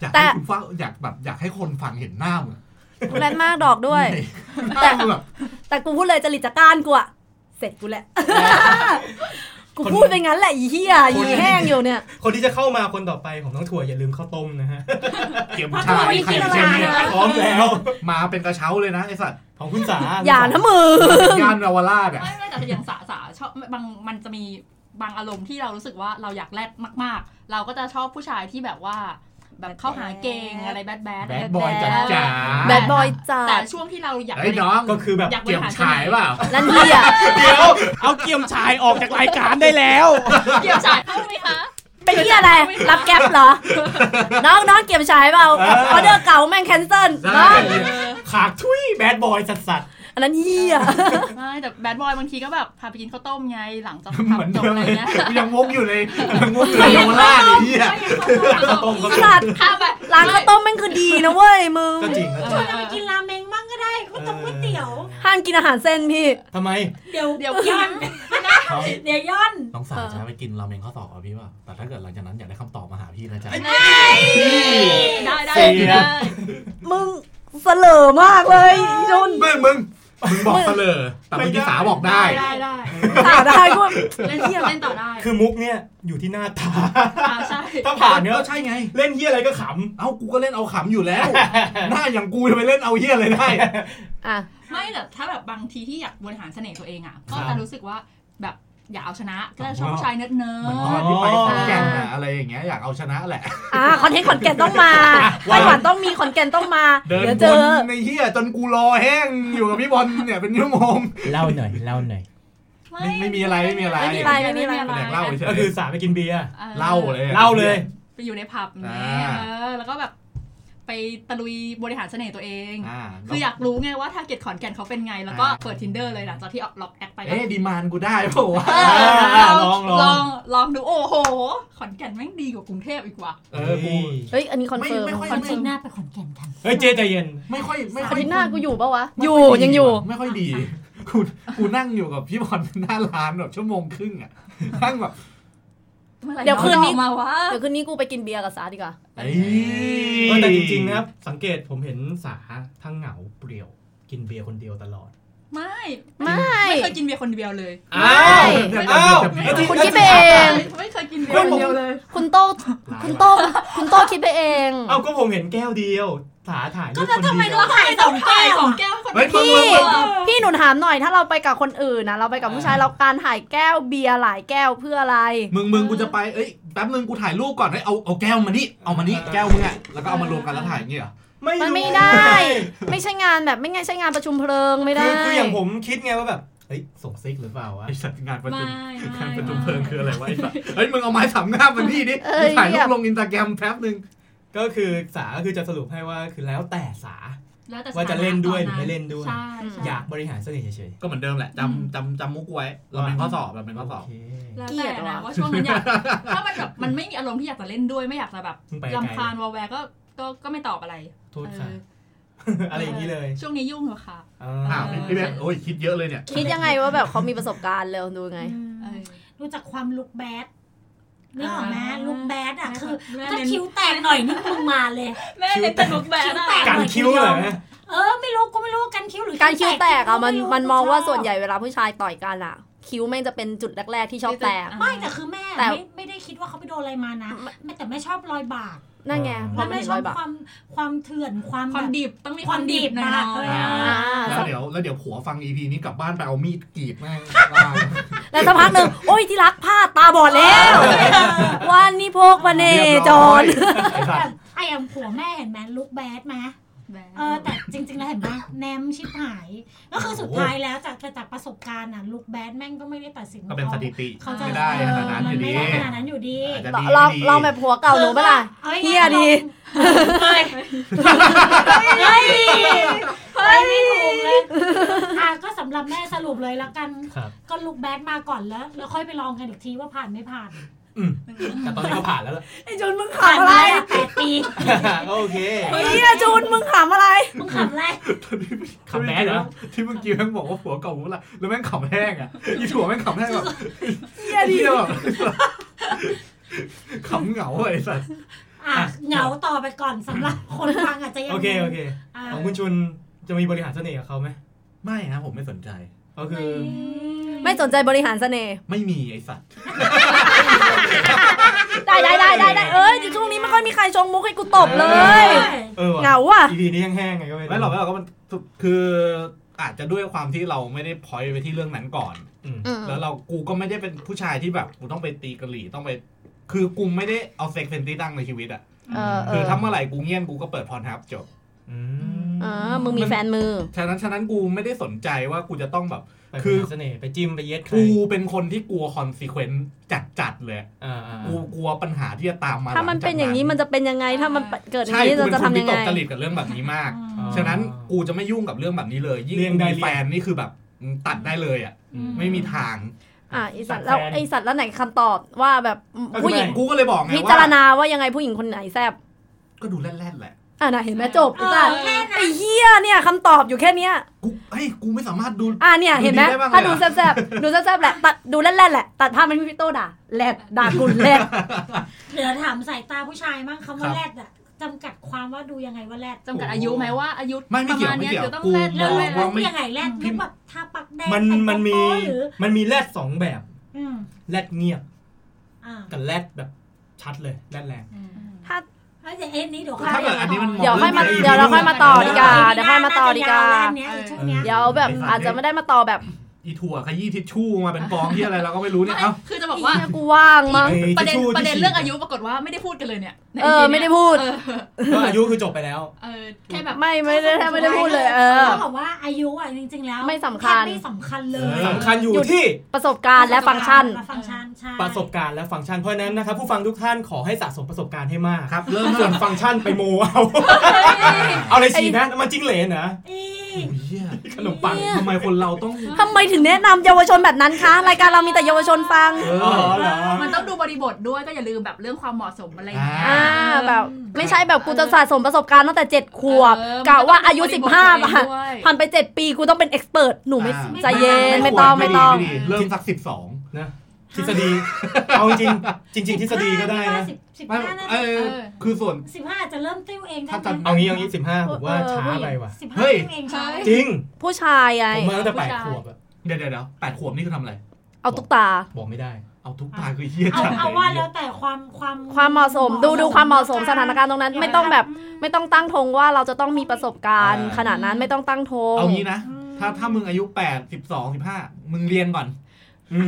อยาก แต่ ให้คุณฟังอยากแบบอยากให้คนฟังเห็นหน้ามึง กูเล่นมากดอกด้วย หน้ามึงแบบ แต่กูพูดเลยจริตจักรานกูอะเสร็จกูแหละ กูพูดไปงั้นแหละอีเหี้ยอีแห้งอยู่เนี่ย คนที่จะเข้ามาคนต่อไปของน้องถั่วอย่าลืมข้าวต้มนะฮะ เกม เพราะ ชา ถั่วไม่ ย ได้ ไข่ กินอะไร เค็มเนี่ย นะ พร้อมแล้ว มาเป็นกระเช้าเลยนะไอสัตว์ ของคุณสา อย่านะมือย่ านเยาวราชอ่ะ ไม่ไม่แต่อย่างสาสาชอบบางมันจะมีบางอารมณ์ที่เรารู้สึกว่าเราอยากแลดมาก ๆ เราก็จะชอบผู้ชายที่แบบว่า แบบเข้าหาเกงอะไรแบดแบด แบดบอยจ๋าจ๋า แบดบอยจั แต่ ด ช่วงที่เราอยาก ไอ้ยน้อง ก็คือแบบ อยากบ เก ริ ม หาร ชายเปล่า นั่นเหี้ย เดี๋ยวเอาเกียมชายออกจากรายการได้แล้ว เกี่ยวชายเข้าไหม คะ เป็นเหี้ยอะไร รับแก๊ปเหรอ น้องน้องเก็บฉายเปล่าออเดอร์เก่าแม่งแคนเซิลน้อง เออ ขากทุยแบดบอยสัสสัส อันนั้นเหี้ย ไม่แต่แบดบอยบางทีก็แบบพาไปกินข้าวต้มไงหลังจาก เหมือน ทำจ เดิ บ ม อะไร เลย เงี้ย ยังงกอยู่เลยยังงกอยู่ในเยาวราชไอ้เหี้ย ข้าวต้มข้าวต้ม สัตว์ พาไป ร้านข้าวต้มแม่งคือดีนะเว้ยมึง ก็จริงก็จ ช ริ ว ง นเราไปกินราเมงมั่งก็ได้ก็ต้มก๋วยเตี๋ยว ห้ามกินอาหารเส้นพี่ ทำไม เดี๋ยว เดี๋ยวกิ ย่อน นเดี๋ยวย่อน น้องสาว เออ จะไปกินราเมงข้าวตอกอ่ะพี่ป่ะแต่ถ้าเกิดหลังจากนั้นอยากได้คำตอบมาหาพี่นะจ๊ะ ได้ได้ เสีย ได้ มึงเสลอมากเลยอีจุน มึงมึง มึงบอกเสลอแต่เมื่อกี้สาบอกได้ ได้ได้ ต่างได้ก็ เล่นเที่ยวเล่นต่อได้ คือมุกเนี่ยอยู่ที่หน้าตา อ่าใช่ ถ้าผ่านเนี่ย ก็ใช่ไง เล่นเฮียอะไรก็ข เอ้ากูก็เล่นเอาขำอยู่แล้ว หน้าอย่างกูจะไปเล่นเอาเฮี้ยอะไรได้ อ่ะ ไม่แต่ถ้าแบบบางทีที่อยากบริหารเสน่ห์ตัวเองอ่ะ ก็จะรู้สึกว่าแบบอยากเอาชนะ ก็จะชอบผู้ชายเนิร์ดเนิ เหมือนตอนร์ด ที่ไปขอนแก่นน่ะอะไรอย่างเงี้ยอยากเอาชนะแหละ อ่าคอนเทนต์ขอนแก่นต้อง มาไต้หวันต้องมีขอนแก่นต้องมา เดิน เดี๋ยว ว เจอ นในเฮี้ยจนกูรอแห้งอยู่กับพี่บอลเนี่ยเป็นชั่วโมง เล่าหน่อยเล่าหน่อย ไม่ไม่มีอะไรไม่มีอะไร ไม่มีอะไรไม่มีอะไร แดกเหล้าเฉ ำ ย ก็คือสาไปกินเบียร์ ออ เหล่าเลยอะ เล่าเลย ไปอยู่ในผับอย่างเนี้ย อ่า เออแล้วก็แบบไปตะลุยบริหารเสน่ห์ตัวเอง อ่า คืออยากรู้ไงว่าถ้าเกตขอนแก่นเขาเป็นไง แล้วก็เปิด tinder เลยหลังจากที่ออกล็อกแอคไปก็ เอ๊ะดีมานกูได้ เปล่าวะ เอ อ่า อ ลองลอง ลองลองดูโอ้โห ขอนแก่นแม่งดีกว่ากรุงเทพอีกว่ะ เออกู เฮ้ยอันนี้คอนเฟิร์ม ไม่ค่อย คอน ไม่ เฟิร์มหน้าไปขอนแก่นกัน เฮ้ยเจใจเย็น ไม่ค่อยไม่ค่ อา อย ทิตย์หน้ากูอยู่ปะวะ ไม่ค่ อยู่ ดี ยังอยู่ ไม่ค่ อยดีกูกูนั่งอยู่กับพี่บอลหน้าร้านแบบชั่ว โมงครึ่งอ่ะนั่งแบบ มื่อไหร่ เดี๋ยวคืนนี้ องจะออกมาวะ เดี๋ยวคืนนี้กูไปกินเบียร์กับสาดีกว่า เอ้ เอย อแต่จริงๆนะครับสังเกตผมเห็นสาทั้งเหงาเปลี่ยว กินเบียร์คนเดียวตลอด ไม่ ไม่ ไม่เคยกินเบียร์คนเดียวเลย อ้าวอ้าว ไม่ แล้วที่ คุณคิดไปเอง ไม่เคยกินเบียร์คนเดียวเลย คุณโต้คุณโต้คุณโต้คิดไปเอง เอ้าก็ผมเห็นแก้วเดียว สาถ่ายรูปก็จะ คน ทำไม เดียว เราขายสองแก้วสองแก้วคน เฮ้ย เดียมึงวพี่ มึงมึง พี่หนูถามหน่อยถ้าเราไปกับคนอื่นนะเราไปกับผู้ชายเราการถ่ายแก้วเบียร์หลายแก้วเพื่ออะไร มึงมึงกูจะไปเอ้ยแป๊บนึงกูถ่ายรูปก่อนเอ้ยเอาเอาแก้วมานี่เอามานี่แก้วมึงอ่ะแล้วก็เอามารวมกันแล้วถ่ายอย่างเงี้ยเหรอ มันไม่ได้ ไม่ใช่งานแบบไม่ไงใช่งานประชุมเพลิงไม่ได้ คือคืออย่างผมคิดไงว่าแบบเฮ้ยส่งซิกหรือเปล่าวะ ไอสัตว์งานประ ไม่ ชุม ไม่ งานประชุมเพลิงคืออะไรวะไอสัตว์เฮ้ยมึงเอาไม้สามงามมานี่ดิมึงถ่ายรูปลงอินสตาแกรมแป๊บนึง ก็คือสาก็คือจะสรุปให้ว่าคือแล้วแต่สา แล้วแต่ ว่าจะเล่นด้วยหรือไม่เล่นด้วย ใช่ใช่ อยากบริหารเสน่ห์เฉย ก็เหมือนเดิมแหละจำจำจำมุกไว้เราเป็นข้อสอบเราเป็น ๆ ข้อสอบ โเค แล้วแต่นะว่าช่วงนั้นอยากถ้ามันแบบมันไม่มีอารมณ์ที่อยากจะเล่นด้วยไม่อยากจะแบบ มึงไปไกล ลำคาญวอลแวร์ก็ก็ก็ไม่ตอบอะไร โทษค่ะ เออ อะไรอย่างนี้เลย ช่วงนี้ยุ่งเหรอคะ อ่า อ้าวพี่พี่เบ๊โอ้ยคิดเยอะเลยเนี่ย คิดยังไงว่าแบบเขามีประสบการณ์เร็วดูไง เออ ดูจากความลุกแบดนึกออกไหม อ่า ลุกแบดอ่ะ แม่ คือ แม่ ถ้า เน้น คิ้วแตกหน่อยนี่มึงมาเลย แม่เป็นตลกแบบ คิ้ว อะ แต กันคิ้วเหรอนะ เออไม่รู้ก็ไม่รู้ว่ากันคิ้วหรือ การคิ้วแตกอ่ะมัน คิ้วไรู้ มันมองว่า ชบ ส่วนใหญ่เวลาผู้ชายต่อยกันอ่ะ คิ้วแม่งจะเป็นจุดแรก ๆ ที่ชอบแตก ไม่แต่คือแม่ แต่ ไม่ไม่ได้คิดว่าเขาไปโดนอะไรมานะแม่แต่ไม่ชอบรอยบาก นั่นไงพอ และ มัน ไม่ เห็น ช ร อ อบ ยบาด ความความเถื่อนความ ความ แบบ ดิบต้องมีความดิบหน่ความอยดิบนะ ๆอ่า อ่า แล้ว สัก เดี๋ยวแล้วเดี๋ยวผัวฟังอีพีนี้กลับบ้านไปเอามีดกรีดแม่ง แล้วสักพักหนึ่งโอ้ยที่รักผ้าตาบอดแล้ว วันนี้พกมาเนจร ไอ้สัต แบบ ว์ ไอ้อย่างผัวแม่เห็นไหมลุกแบดไหมเออแต่จริง ๆ แล้วเห็นไหมแนมชิบหาย ก็คือสุดท้ายแล้วจากแต่จากประสบการณ์อ่ะลุกแบดแม่งก็ไม่ได้ตัดสิน ก็เป็นสถิติ เขาจะ ไม่ได้ขนาดนั้นอยู่ดี ไม่ได้ขนาดนั้นอยู่ดี อาจจะดี ลอง ไม่ดี ลองแบบผัวเก่าหนูปะล่ะ อา เหี้ยดี เฮ้ยเฮ้ยเฮ้ยไม่ถูกเลยอ่ะก็สำหรับแม่สรุปเลยแล้วกัน ครับ ก็ลุกแบดมาก่อนแล้ว แล้วค่อยไปลองกันอีกทีว่าผ่านไม่ผ่าน อืมแต่ตอนนี้ก็ผ่านแล้วล่ะ ไอ้จนมึง ผ่าน ขำอะไร มาแล้วแปดปี โอเค เฮียจูนมึงขำอะไร มึงขำอะไร ขับแม้เหร อ ที่เมื่อกี้แม่งบอกว่าผัวเก่ามุกละแล้วแม่งขำแห้งอ่ะอีถั่วแม่งขำแห้งแบบ เฮียดี เหี้ยแบบ ขำเหงาไอ้สัตว์ อ่ะเหงาต่อไปก่อนสำหรับคนฟังอาจจะยัง โอเคโอเค อ่ะ ของคุณชุนจะมีบริหารเสน่ห์กับเขาไหม ไม่นะผมไม่สนใจ ก็คือ ไม่สนใจบริหารเสน่ห์ ไม่มีไอ้สัตว์ ได้ได้ได้ได้ได้เอ้ยช่วงนี้ไม่ค่อยมีใครชงมุกให้กูตบเล เฮ้ ย ย เออว่ะ เหงาว่ะ อีพีนี้ยังแห้งไงก็ไม่รู้ ไม่หรอกไม่หรอกก็มันคืออาจจะด้วยความที่เราไม่ได้พอยไปที่เรื่องนั้นก่อน อืม อืม แล้วเรากูก็ไม่ได้เป็นผู้ชายที่แบบกูต้องไปตีกะหรี่ต้องไป คือกูไม่ได้เอาเซ็กเป็นที่ตั้งในชีวิตอะ เออเอ คือ อ ถ้าเมื่อไหร่กูเงียนกูก็เปิดพรทับจบ เออมึงมีแฟนมือ ฉะนั้นฉะนั้นกูไม่ได้สนใจว่ากูจะต้องแบบ ไป คือ หาเสน่ห์ไปจิ้มไปเย็ดใคร กูเป็นคนที่กลัวคอนซีเควนต์จัดจัดๆเลย อ่าอ่า กูกลัวปัญหาที่จะตามมา ถ้ามันเป็นอย่างนี้ นี้ มันจะเป็นยังไงถ้ามันเกิดอย่า ใช่ งนี้ กู เราจะเป็นคน ทำยั ที่ ง ต ไง กจริตกับเรื่องแบบนี้มาก อ่า ฉะนั้นกูจะไม่ยุ่งกับเรื่องแบบนี้เลย ยิ่ง เลี่ยง กู ได้ มี เลี่ยง แฟนนี่คือแบบตัดได้เลยอ่ะ อืม ไม่มีทาง อ่ะไอสัตว์แล้ว แฟน ไอสัตว์แล้วไหนคำตอบว่าแบบ ก็คือ ผู้หญิง ไม่ กูก็เลยบอกไง พิจาร ว่า ณาว่ายังไงผู้หญิงคนไหนแซบ ก็ดูแล่นๆแหละ อ่ะนะเห็นไหมจบ เอ ไอ อ สัตว์ แค่นั้น ไอเฮียเนี่ยคำตอบอยู่แค่เนี้ย กูเฮ้ยกูไม่สามารถดู อ่ะเนี่ยเห็นไหม ดูดีได้บ้าง ถ้าดู เลย แซ่ อะ บๆดูแซ่บๆแหละตัดดูแล่นๆแหละ ตัดภาพมันพี่โต้ด่าแลดด่ากูแลด เดี๋ยวถามสายตาผู้ชายมั่งคำว่าแรดอ่ะ จำกัดความว่าดูยังไงว่าแรด จำกัดอายุไหมว่าอายุ ไม่ไม่ ประ เกี่ยว มาณ ไม่ เนี้ย เกี่ยว จะต้อง กู แรด ม แล้ว อง แรด ว่า ลูก ไม่ ยังไงแรด พิ ลู ม ก พ์ แบบทาปักแดง มัน แต่ง มัน โป๊ะ มี หรือ มันมีแรดสองแบบ อืม แรดเงียบ อ่า กับแรดแบบชัดเลยแรดแรง ถ้า แล้วเดี๋ยวเอ็นนี้เดี๋ยว ถ้าเกิดอันนี้มันมอง เดี๋ยวค่อยมา รื่ง เดี๋ยวเราค่อยมาต่อดีกว่า ออ เดี๋ยวค่อยมาต่อดีกว่า น่จะยวแล้อันเนี้ยอีช่วงเนี้ย เดี๋ยวแบบอาจจะไม่ได้มาต่อแบบ อีถั่วขยี้ทิชชู่มาเป็นฟองที่อะไรเราก็ไม่รู้เนี่ยเอ้า คือจะบอกว่า เนี่ยกูว่างมั้ง เอ้ย ประเด็น ทิชชู่ ประเด็น ที่ฉีด เรื่องอายุปรากฏว่าไม่ได้พูดกันเลยเนี่ยใน เออ ทีนี้ย ไม่ได้พูด เออ ก็อายุคือจบไปแล้ว เออแค่แบบ ไม่ไม่ได้ไม่ได้พูดเลย เออ ต้องบอกว่าอายุอ่ะจริงๆแล้ว ไม่สำคัญ แทบไม่สำคัญเลย สำคัญอยู่ที่ ประสบการณ์และฟังก์ชัน และฟังก์ชันใช่ ประสบการณ์และฟังก์ชันเพราะฉะนั้นนะครับผู้ฟังทุกท่านขอให้สะสมประสบการณ์ให้มาก ครับเริ่ม ส่ ส่ ว วนน ฟังก์ชันไปโมเอาเอาอะไรฉีดนะน้ำมันจิ้งเหลนนะ อี โอ้ยเหี้ย ขนมปัง เนี่ย ทำไมคนเราต้อง ทำไมถึงแนะนำเยาวชนแบบนั้นคะ รายการเรามีแต่เยาวชนฟัง เอ อ๋อ อ เหรอ มันต้องดูบริบทด้วยก็อย่าลืมแบบเรื่องความเหมาะสมอะไรอย่างเงี้ย อ่าแบบ ไม่ใช่แบบกูจะสะสมประสบการณ์ตั้งแต่ 7 ขวบ เออมัน กะว่าอายุ ต้องดูบริ15บทตัวเอง ผ่าน ด้วย ผ่านไป 7 ปีกูต้องเป็นเอ็กซ์เพรสหนูไม่ อ่า ใจเย็นไม่ต้องไม่ต้อง ดีดีเริ่มสักสิบสอง นะทฤษฎีเอาจริงจริง ๆ ทฤษฎีก็ได้นะ สิบสิบ ไม่ ห้าน่าจะเออ เออ คือส่วน สิบห้าจะเริ่มติ้วเองได้ ถ้า ไห จำ ม เอางี้เอางี้สิบห้าผมว่าช้าไปว่ะ สิบ เฮ้ ห้าย ติ้วเองใช่ จริง ผู้ชายไง ผมมาตั้งแต่แปดขวบอะ เดี๋ยวเดี๋ยวเดี๋ยวแปดขวบนี่คือทำอะไร เอาตุ๊กตา บอกไม่ได้ เอาทุกตาคือเฮี้ย เอา จัด เอาว่า เล แล้ ยว แต่ความความ ความเหมาะสมดูดูความเหมาะสมสถานการณ์ตรงนั้นไม่ต้องแบบไม่ต้องตั้งธงว่าเราจะต้องมีประสบการณ์ ขนาดนั้นไม่ต้องตั้งธง เอางี้นะ ถ้าถ้ามึงอายุแปดสิบสองสิบห้ามึงเรียนก่อน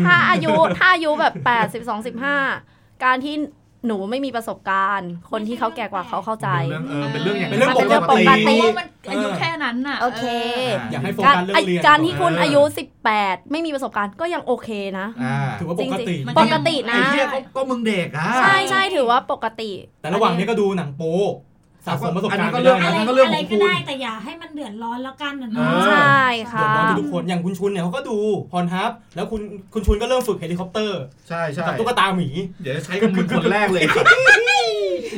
ถ้าอายุถ้าอายุแบบ 8 12 15 การที่หนูไม่มีประสบการณ์ คนที่เขาแก่กว่าเขาเข้าใจ เป็นเรื่องเออเป็นเรื่องอย่าง เป็นเรื่อง ป เป็นเรื่อง ก ป ติ กติ เพราะว่ามันอายุแค่นั้นน่ะ โอเค อยากให้โฟ การ กัสเรื่องเรียน การที่คุณ เอออ อายุ 18 ไม่มีประสบการณ์ก็ยังโอเคนะ อ่า ถือว่าปกจติริง มัน ๆ ปกตินะ ไอ้เฮี้ยก็ก็มึงเด็กอ่ะ ใช่ใช่ถือว่าปกติ แต่ระหว่างนี้ก็ดูหนังโป๊สะสมประสบการณ์ไป อันนั้นก็ เรื่ เรื่ อ อย ง ๆนะก็เรื่ออันนั้นก็เรื่อง ง อะไร ของ ก็ คุณ ได้แต่อย่าให้มันเดือดร้อนแล้วกันนะเนาะ เออ ใช่ เดือด ค่ะ ร้อนทุกๆคนอย่างคุณชุนเนี่ยเขาก็ดูพรทับ แล้วคุณคุณชุนก็เริ่มฝึกเฮลิคอปเตอร์ ใช่ใช่ กับตุ๊กตาหมี เดี๋ยวใช้กับมึงคนแรกเลย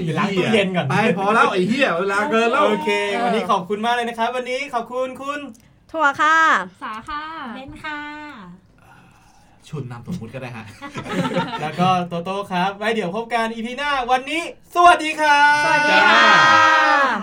เดี๋ยวล้างตู้เย็นก่อน ไปพอแล้วไอ้เหี้ยเวลาเกินแล้ว โอเค วันนี้ขอบคุณมากเลยนะครับ วันนี้ขอบคุณ คุณ ทัวร์ค่ะ สาค่ะ เล่นค่ะ ชุนนำสมมุติก็ได้ฮะ แล้วก็โตโต้ครับ ไว้เดี๋ยวพบกันอีพีหน้า วันนี้ สวัสดีครับ สวัสดีค่ะ